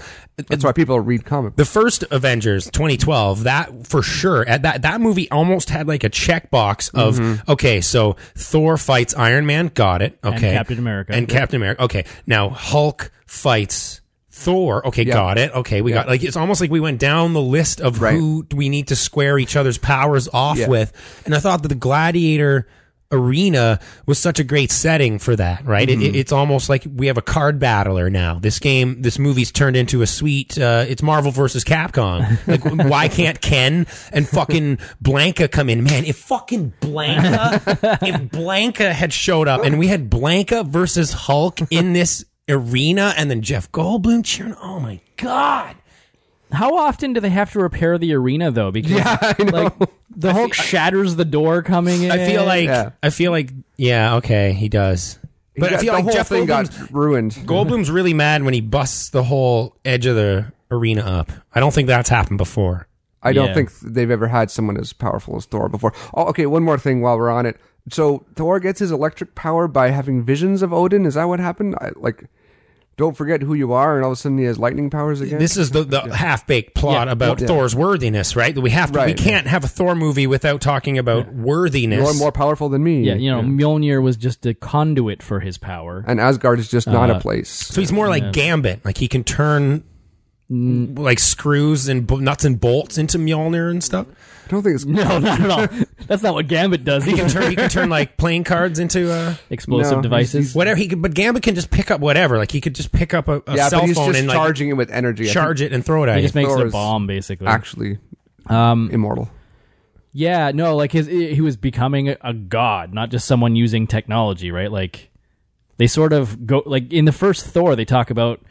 That's why people read comic. the first Avengers 2012 that for sure at that that movie almost had like a checkbox of okay so Thor fights Iron Man got it okay Captain America. and Yeah. Captain America okay now Hulk fights Thor okay Yeah. got it okay we got like it's almost like we went down the list of Right. who we need to square each other's powers off Yeah. with and I thought that the gladiator arena was such a great setting for that right It- it, it's almost like we have a card battler now this game this movie's turned into a sweet uh, it's marvel versus capcom like why can't ken and fucking blanca come in man if fucking blanca if blanca had showed up and we had blanca versus hulk in this arena and then jeff goldblum cheering oh my god How often do they have to repair the arena though? Because like the Hulk shatters the door coming in. i feel like Eh, Yeah. i feel like yeah okay he does but Yeah, I feel the like whole Jeff thing Goldblum's got ruined. Goldblum's really mad when he busts the whole edge of the arena up. I don't think that's happened before. I don't Yeah. think they've ever had someone as powerful as Thor before. Oh, okay. One more thing while we're on it. So Thor gets his electric power by having visions of Odin. Is that what happened? I, like, don't forget who you are, and all of a sudden he has lightning powers again. This is the, the half baked plot about Thor's worthiness, right? That we have to, we Right. can't have a Thor movie without talking about worthiness. You're more powerful than me. yeah, you know, Mjolnir was just a conduit for his power. And Asgard is just not a place. so he's more like Gambit, like he can turn Mm. like screws and bo- nuts and bolts into Mjolnir and stuff. I don't think *laughs* it's No, not at all. That's not what Gambit does. He He *laughs* can turn he can turn like playing cards into uh, explosive No, devices. whatever he could. But Gambit can just pick up whatever, like he could just pick up a, a yeah, cell but he's phone just and like charging it with energy. I think charge it and throw it at he you. just makes it a Thor's bomb, basically. actually, immortal. Yeah, no, like his he was becoming a- a god, not just someone using technology, right? Like they sort of go like in the first Thor, they talk about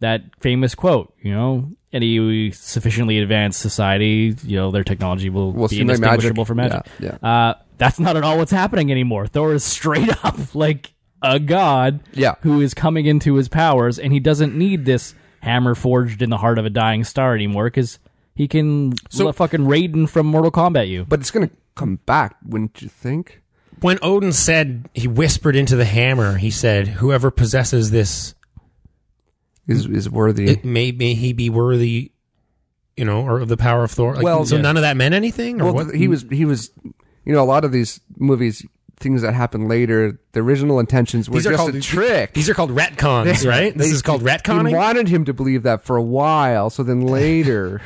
that famous quote, you know, any sufficiently advanced society, you know, their technology will Will be simulate magic. indistinguishable from magic. Yeah, Uh, that's not at all what's happening anymore. Thor is straight *laughs* up like a god Yeah. who is coming into his powers, and he doesn't need this hammer forged in the heart of a dying star anymore because he can So- l- fucking Raiden from Mortal Kombat you. But it's gonna come back, wouldn't you think? when Odin said he whispered into the hammer, he said, "Whoever possesses this, Is is worthy? it may, may he be worthy, you know, or of the power of Thor." Like, Well, so yeah. none of that meant anything, or well, what? th- he was he was, you know, a lot of these movies, things that happen later, the original intentions were just a trick. These are called retcons, right? This *laughs* They- is called He retconning. wanted him to believe that for a while, *laughs* so then later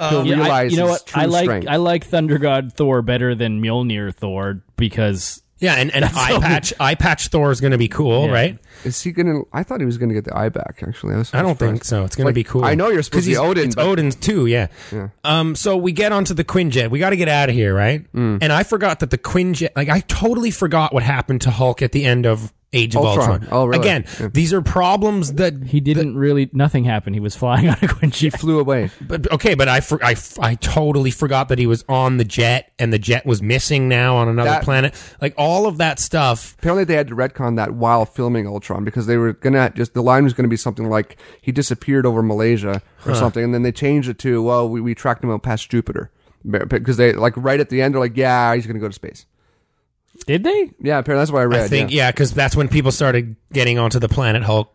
he'll Yeah, I- realize you know his what? true I like strength. I like Thunder God Thor better than Mjolnir Thor because Yeah, and, and eye so- patch, eye patch Thor is going to be cool, Yeah. right? Is he gonna? I thought he was gonna get the eye back. Actually, I, was I don't think surprised. so. It's going Like, to be cool. I know you're supposed 'Cause to be he's- Odin, It's but- Odin's too, yeah. Um. So we get onto the Quinjet. We got to get out Mm. of here, right? And I forgot that the Quinjet. Like I totally forgot what happened to Hulk at the end of Age of Ultron. Ultron. Oh, really? Again, Yeah. these are problems that He didn't really. Nothing happened. He was flying *laughs* on a Quinjet. He flew away. But okay, but I, for, I, I totally forgot that he was on the jet and the jet was missing now on another That- planet. Like all of that stuff. Apparently, they had to retcon that while filming Ultron because they were gonna just the line was gonna be something like he disappeared over Malaysia or something, and then they changed it to well, we, we tracked him out past Jupiter because they like right at the end they're like, yeah, he's gonna go to space. Did they? Yeah, apparently that's what I read. I think yeah, because that's when people started getting onto the Planet Hulk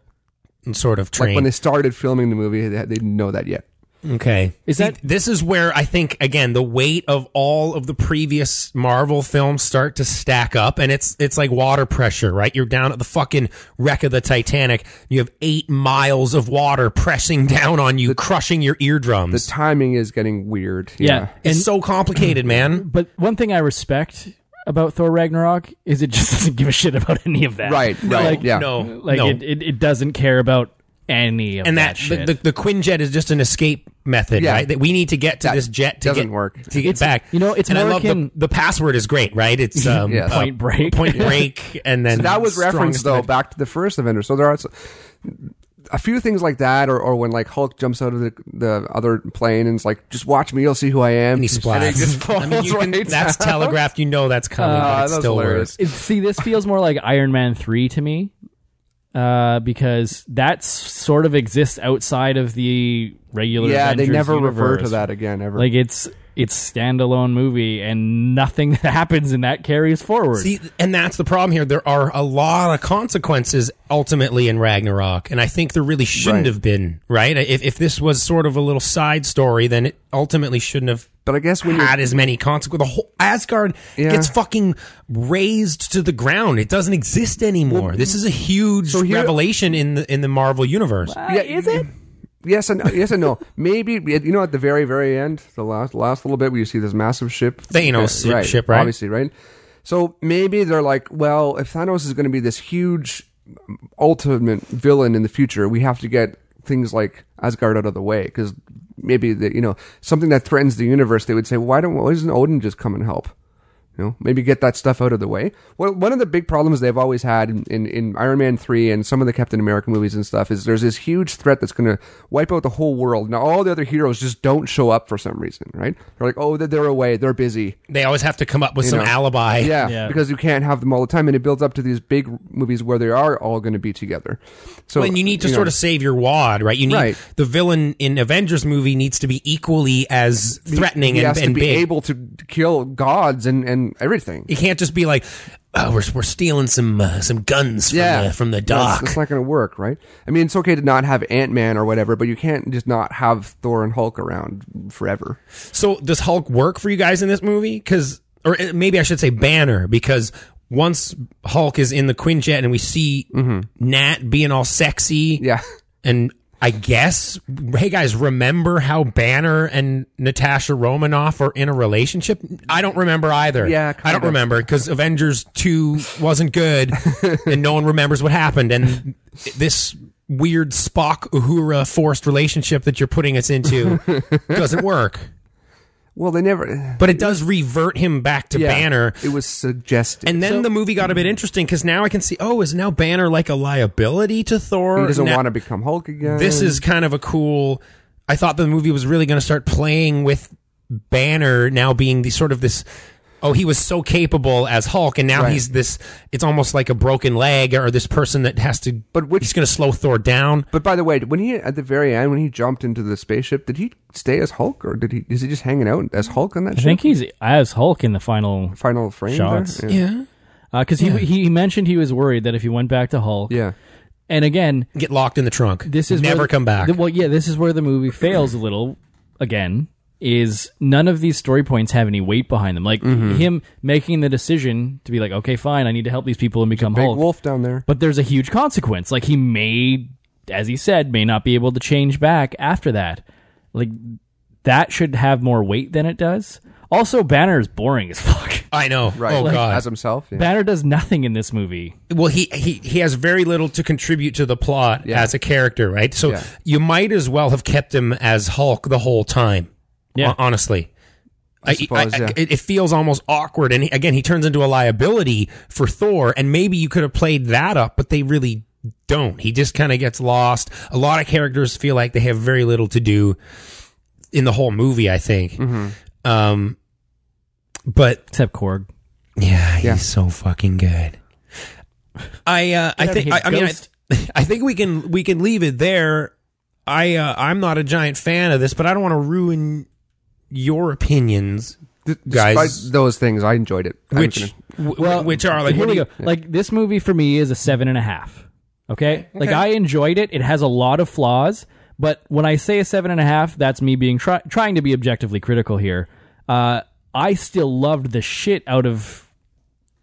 and sort of like train. when they started filming the movie, they, they didn't know that yet. okay, Is See, that- this is where I think again the weight of all of the previous Marvel films start to stack up, and it's it's like water pressure, right? You're down at the fucking wreck of the Titanic. You have eight miles of water pressing down on you, crushing your eardrums. The timing is getting weird. Yeah. It's so complicated, man. But one thing I respect about Thor Ragnarok is it just *laughs* doesn't give a shit about any of that. Right, right, Like, yeah. No, Like no. It, it, it doesn't care about any of and that, that, shit. the, the the Quinjet is just an escape method, Yeah. right? That we need to get to That this jet to doesn't get, work. to get It's- back. you know, it's and I more love the, akin- the password is great, right? *laughs* It's um, Yes. uh, Point Break. *laughs* Point Break, and then So that was referenced Strongest though Man. back to the first Avenger. So there are s- a few things like that, or, or when like Hulk jumps out of the, the other plane and is like, "Just watch me, you'll see who I am." And he And splats. he just falls I mean, you can- right that's down. telegraphed. You know that's coming, Ah, but it's that was still hilarious. worse. It- see, this feels more like Iron Man three to me, uh, because that s- sort of exists outside of the regular. Yeah, they Avengers never refer to universe. that again ever. Like it's it's standalone movie, and nothing *laughs* that happens in that carries forward. See, and that's the problem here. There are a lot of consequences ultimately in Ragnarok, and I think there really shouldn't Right. have been. Right? If if this was sort of a little side story, then it ultimately shouldn't have but I guess when you had as many consequences. The whole Asgard Yeah. gets fucking razed to the ground. It doesn't exist anymore. this is a huge So here- revelation in the in the Marvel universe. yeah, is it? Yes and yes and no. Maybe you know at the very very end, the last last little bit, where you see this massive ship, Thanos Yeah, ship, right? Obviously, right. So maybe they're like, well, if Thanos is going to be this huge ultimate villain in the future, we have to get things like Asgard out of the way because maybe the, you know something that threatens the universe. They would say, why don't why doesn't Odin just come and help? You know, maybe get that stuff out of the way. Well, one of the big problems they've always had in, in, in Iron Man 3 and some of the Captain America movies and stuff is there's this huge threat that's going to wipe out the whole world. Now, all the other heroes just don't show up for some reason, right? They're like, oh, they're, they're away. They're busy. They always have to come up with some know. alibi. Yeah, Yeah. because you can't have them all the time, and it builds up to these big movies where they are all going to be together. So When you need to sort of save your wad, right? You need Right. the villain in Avengers movie needs to be equally as threatening he and, has and to be big. able to kill gods and and everything. you can't just be like, oh, we're, we're stealing some uh, some guns from the, from the dock. It's not going to work, right? I mean, it's okay to not have Ant Man or whatever, but you can't just not have Thor and Hulk around forever. So does Hulk work for you guys in this movie? Because, or uh, maybe I should say Banner, because once Hulk is in the Quinjet and we see Nat being all sexy, Mm-hmm. Yeah. and I guess, hey guys, remember how Banner and Natasha Romanoff are in a relationship? I don't remember either. Yeah, I don't kinda. remember because Avengers Two wasn't *laughs* good, and no one remembers what happened. And this weird Spock Uhura forced relationship that you're putting us *laughs* into doesn't work. Well, they never. But it does revert him back to yeah, Banner. It was suggested. And then the movie got a bit interesting because now I can see, oh, is now Banner like a liability to Thor? he doesn't Now- want to become Hulk again. This is kind of a cool. I thought the movie was really going to start playing with Banner now being the sort of this. Oh, he was so capable as Hulk, and now Right. he's this. It's almost like a broken leg or this person that has to. But which- he's going to slow Thor down. But by the way, when he at the very end when he jumped into the spaceship, did he stay as Hulk or did he is he just hanging out as Hulk on that I ship? think he's as Hulk in the final Final frame Shots. there? Yeah, because he he mentioned he was worried that if he went back to Hulk, Yeah. and again, get locked in the trunk. this is never where the- come back. the- well, yeah, this is where the movie fails a little. Again, is none of these story points have any weight behind them? Like Mm-hmm. him making the decision to be like, okay, fine, I need to help these people and become Big Hulk. wolf down there. But there's a huge consequence. Like he may, as he said, may not be able to change back after that. Like that should have more weight than it does. Also, Banner is boring as *laughs* fuck. I know. Right. Oh God. As himself. Yeah. Banner does nothing in this movie. well he, he he has very little to contribute to the plot Yeah. as a character right so Yeah. you might as well have kept him as hulk the whole time Yeah. hon- honestly I suppose, yeah. it, it feels almost awkward, and he, again, he turns into a liability for Thor. And maybe you could have played that up, but they really don't. He just kind of gets lost. A lot of characters feel like they have very little to do in the whole movie. I think, Mm-hmm. um, but Except Korg. yeah, he's so fucking good. I uh, I outta think here, I, I mean I, ghost. *laughs* I think we can we can leave it there. I uh, I'm not a giant fan of this, but I don't want to ruin your opinions, D- despite guys. those things, I enjoyed it. I'm Which gonna- w- which are like here what we do you, go. Like this movie for me is a seven and a half. Okay? like I enjoyed it. It has a lot of flaws, but when I say a seven and a half, that's me being try- trying to be objectively critical here. Uh, I still loved the shit out of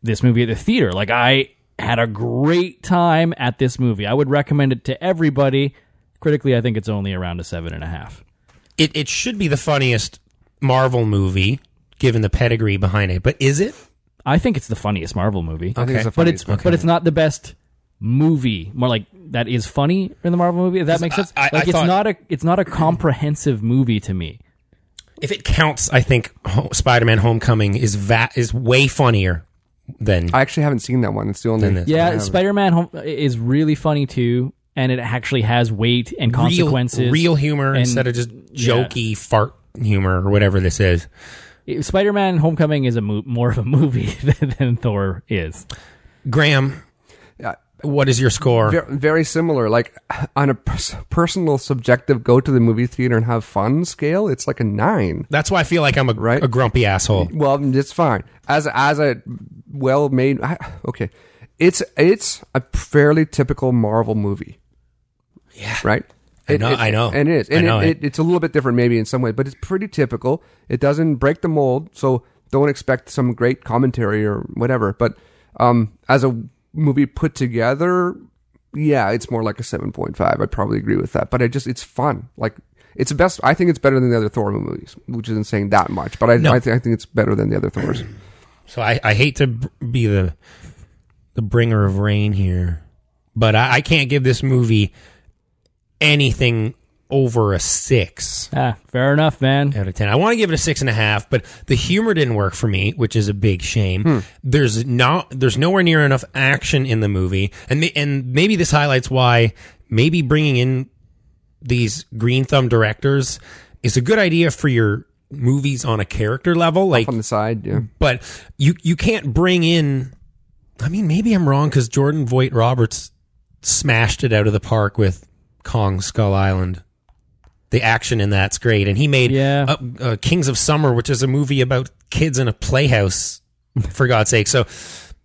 this movie at the theater. Like I had a great time at this movie. I would recommend it to everybody. Critically, I think it's only around a seven and a half. it it should be the funniest Marvel movie given the pedigree behind it, but is it? I think it's the funniest Marvel movie. I think it's the but it's funniest one. but it's not the best movie. More like that is funny in the Marvel movie. If that makes sense. I- I- like I it's thought- not a it's not a comprehensive movie to me. If it counts, I think Ho- Spider-Man: Homecoming is va- is way funnier than I actually haven't seen that one. It's the only. Then this. Yeah, Spider Man is really funny too, and it actually has weight and consequences. real real humor and- instead of just jokey fart humor or whatever this is. Spider Man Homecoming is a mo- more of a *laughs* movie than, than Thor is. Graham, Yeah. what is your score? Ver- very similar. Like on a pers- personal, subjective, go to the movie theater and have fun scale. It's like a nine. That's why I feel like I'm a, Right. a grumpy asshole. Well, it's fine. As as a well made. I, okay, it's it's a fairly typical Marvel movie. Yeah. Right. I know- I know. And it is. I And know it, it. it, it's a little bit different maybe in some way, but it's pretty typical. It doesn't break the mold, so don't expect some great commentary or whatever. But um, as a movie put together, yeah, it's more like a seven point five. I'd probably agree with that. But I just it's fun. Like it's the best. I think it's better than the other Thor movies, which isn't saying that much. But I No. I, th- I think it's better than the other Thors. So I, I hate to b- be the the bringer of rain here, but I, I can't give this movie anything over a six Ah, fair enough, man. out of ten. I want to give it a six and a half, but the humor didn't work for me, which is a big shame. There's not there's nowhere near enough action in the movie, and ma- and maybe this highlights why maybe bringing in these green thumb directors is a good idea for your movies on a character level like On the side, yeah. but you you can't bring in. I mean, maybe I'm wrong because Jordan Voight Roberts smashed it out of the park with Kong Skull Island. The action in that's great, and he made Yeah. uh, uh, Kings of Summer, which is a movie about kids in a playhouse, for God's sake. So,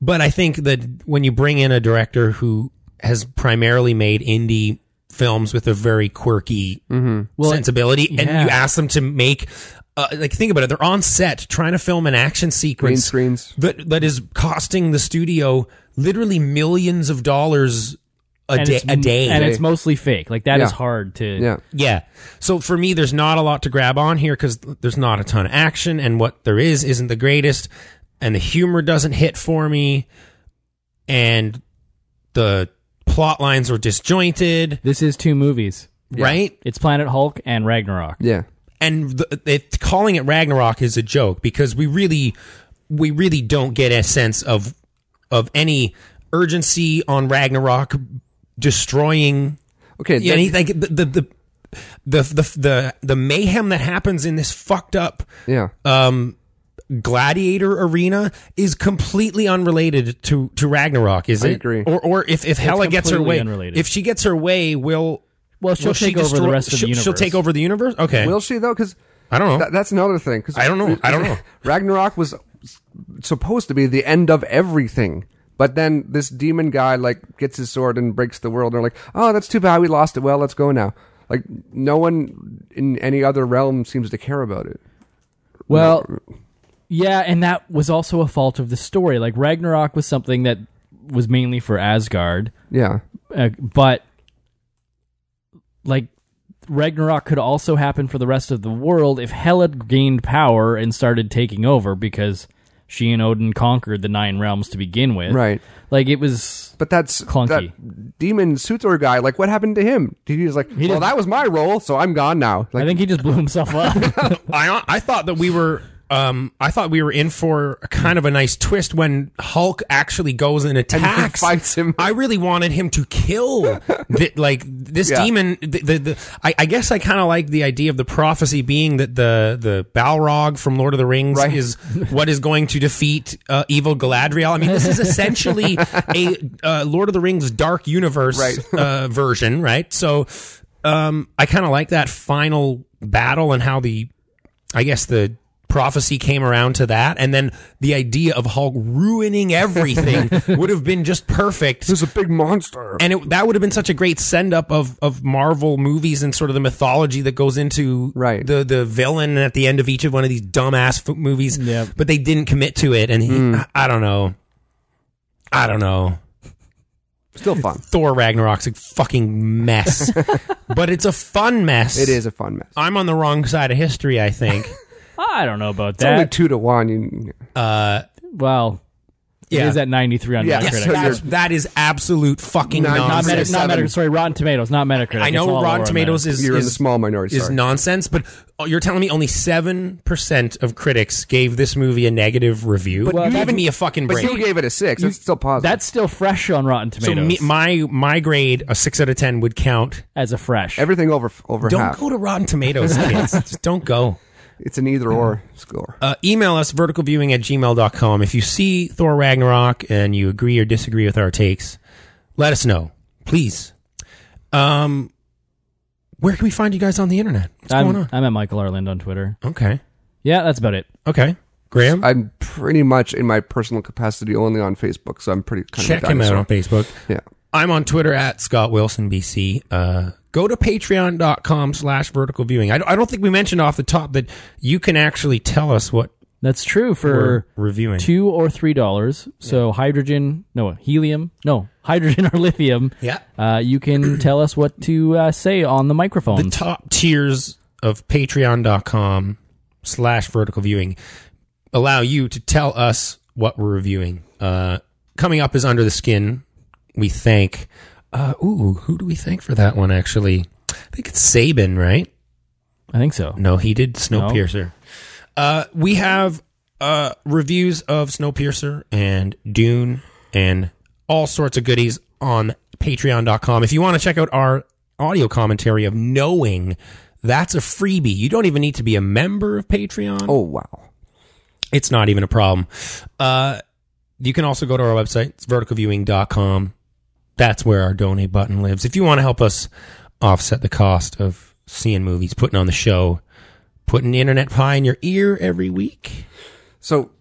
but I think that when you bring in a director who has primarily made indie films with a very quirky Mm-hmm. Well, sensibility, and yeah. you ask them to make. Uh, like think about it they're on set trying to film an action Green sequence screens. that that is costing the studio literally millions of dollars a, and day. it's a m- day and it's mostly fake. Like that is Yeah. hard to. Yeah. yeah. So for me, there's not a lot to grab on here because there's not a ton of action, and what there is isn't the greatest, and the humor doesn't hit for me, and the plot lines are disjointed, This is two movies. right? It's Planet Hulk and Ragnarok. Yeah. and the, it, calling it Ragnarok is a joke because we really we really don't get a sense of of any urgency on Ragnarok destroying Okay. yeah, that- and he, like the the, the the the the the mayhem that happens in this fucked up yeah. um gladiator arena is completely unrelated to to Ragnarok is I it agree. or or if if Hela gets her completely way unrelated. if she gets her way will Well, she'll will she take over destroy- the rest of the she'll- universe. she'll take over the universe okay Will she though? Because I don't know that's another thing. 'cause- I don't know. I don't know. *laughs* Ragnarok was s- supposed to be the end of everything, but then this demon guy like gets his sword and breaks the world. And they're like, oh, that's too bad. We lost it. Well, let's go now. Like no one in any other realm seems to care about it. Well, yeah, and that was also a fault of the story. Like Ragnarok was something that was mainly for Asgard, Yeah. uh, but like Ragnarok could also happen for the rest of the world if Hela gained power and started taking over because she and Odin conquered the nine realms to begin with. Right. Like it was But that's Clunky. That demon suitor guy. Like, what happened to him? He was like, well, didn't- that was my role, so I'm gone now. Like, *laughs* I think he just blew himself up. *laughs* I I thought that we were um, I thought we were in for a kind of a nice twist when Hulk actually goes and attacks, fights him. I really wanted him to kill, the, like this *laughs* Yeah. demon. The, the, the I, I guess I kind of like the idea of the prophecy being that the the Balrog from Lord of the Rings Right. is what is going to defeat uh, evil Galadriel. I mean, this is essentially a uh, Lord of the Rings dark universe Right. uh, version, right? So, um, I kind of like that final battle and how the, I guess the prophecy came around to that, and then the idea of Hulk ruining *laughs* everything would have been just perfect. There's a big monster. And it, that would have been such a great send up of, of Marvel movies and sort of the mythology that goes into Right. the, the villain at the end of each of one of these dumbass f- movies. Yeah. But they didn't commit to it. And he, Mm. I don't know. I don't know. Still fun. Thor Ragnarok's a fucking *laughs* mess, but it's a fun mess. It is a fun mess. I'm on the wrong side of history, I *laughs* think. I don't know about It's only that. two to one. You, Uh, well, yeah. it is at 93 on *laughs* Yeah. yes, Metacritic. so that's, that is absolute fucking Not- not, Meta- nonsense. Metacritic. not Seven. Metacritic. Sorry, Rotten Tomatoes, not Metacritic. I It's all know over Rotten on Tomatoes Metacritic. is you're in the is, small minority. is sorry. nonsense, but oh, you're telling me only seven percent of critics gave this movie a negative review. But Well, you- give me a fucking But break. you gave it a six. That's still positive. That's still fresh on Rotten so Tomatoes. me, my my grade, a six out of ten, would count. as a fresh. everything over over Don't half. go to Rotten Tomatoes, kids. Just don't go. It's an either or score. uh, email us verticalviewing at gmail.com if you see thor ragnarok and you agree or disagree with our takes let us know please um where can we find you guys on the internet what's I'm, going on I'm at Michael Arland on Twitter. okay Yeah, that's about it. okay graham I'm pretty much in my personal capacity only on Facebook, so I'm pretty kind check of a him out dinosaur. on facebook Yeah. i'm on twitter at scott wilson bc uh go to patreon.com slash vertical viewing I, don't- I don't think we mentioned off the top that you can actually tell us what That's true we're for reviewing two or three dollars. So hydrogen, no helium, no *laughs* hydrogen or lithium. Yeah. uh, you *clears throat* can tell us what to uh, say on the microphone. the top tiers of patreon.com slash vertical viewing allow you to tell us what we're reviewing uh coming up is under the skin we thank uh ooh who do we thank for that one actually i think it's sabin right I think so. no he did snowpiercer uh we have uh reviews of snowpiercer and dune and all sorts of goodies on patreon.com if you want to check out our audio commentary of knowing that's a freebie you don't even need to be a member of patreon Oh wow. it's not even a problem. Uh, you can also go to our website, it's verticalviewing.com. That's where our donate button lives. If you want to help us offset the cost of seeing movies, putting on the show, putting internet pie in your ear every week. So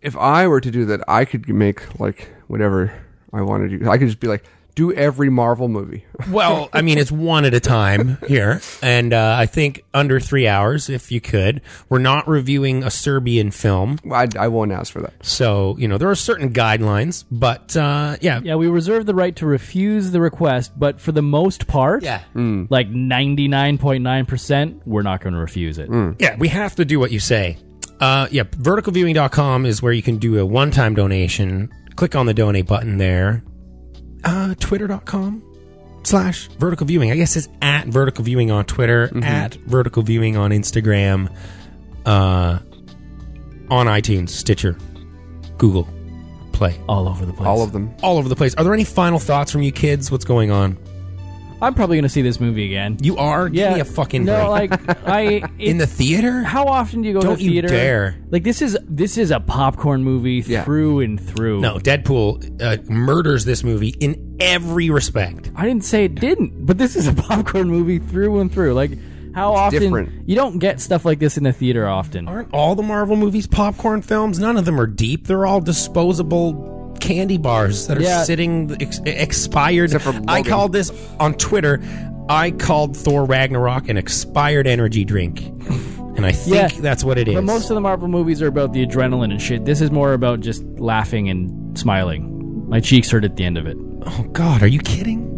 if I were to do that, I could make like whatever I wanted to. do. I could just be like, do every Marvel movie. *laughs* Well, I mean, it's one at a time here. And uh, I think under three hours, if you could. We're not reviewing a Serbian film. I, I won't ask for that. So, you know, there are certain guidelines, but uh, yeah. Yeah, we reserve the right to refuse the request, but for the most part, Yeah. like ninety nine point nine percent, we're not going to refuse it. Yeah, we have to do what you say. Uh, yeah, verticalviewing.com is where you can do a one time donation. Click on the donate button there. Uh, Twitter.com slash vertical viewing. I guess it's at vertical viewing on Twitter, Mm-hmm. at vertical viewing on Instagram, uh, on iTunes, Stitcher, Google, Play. All over the place. All of them. All over the place. Are there any final thoughts from you kids? What's going on? I'm probably going to see this movie again. You are? yeah, Give me a fucking no. break. Like I *laughs* In the theater? How often do you go Don't to you the theater? dare. Like this is this is a popcorn movie Yeah. through and through. No, Deadpool uh, murders this movie in every respect. I didn't say it didn't, but this is a *laughs* popcorn movie through and through. Like how often different. you don't get stuff like this in the theater often. Aren't all the Marvel movies popcorn films? None of them are deep. They're all disposable candy bars that are Yeah. sitting ex- expired. Except for I Logan. called this on Twitter. I called Thor Ragnarok an expired energy drink, and I think Yeah. that's what it is. But most of the Marvel movies are about the adrenaline and shit. This is more about just laughing and smiling. My cheeks hurt at the end of it. oh God, are you kidding?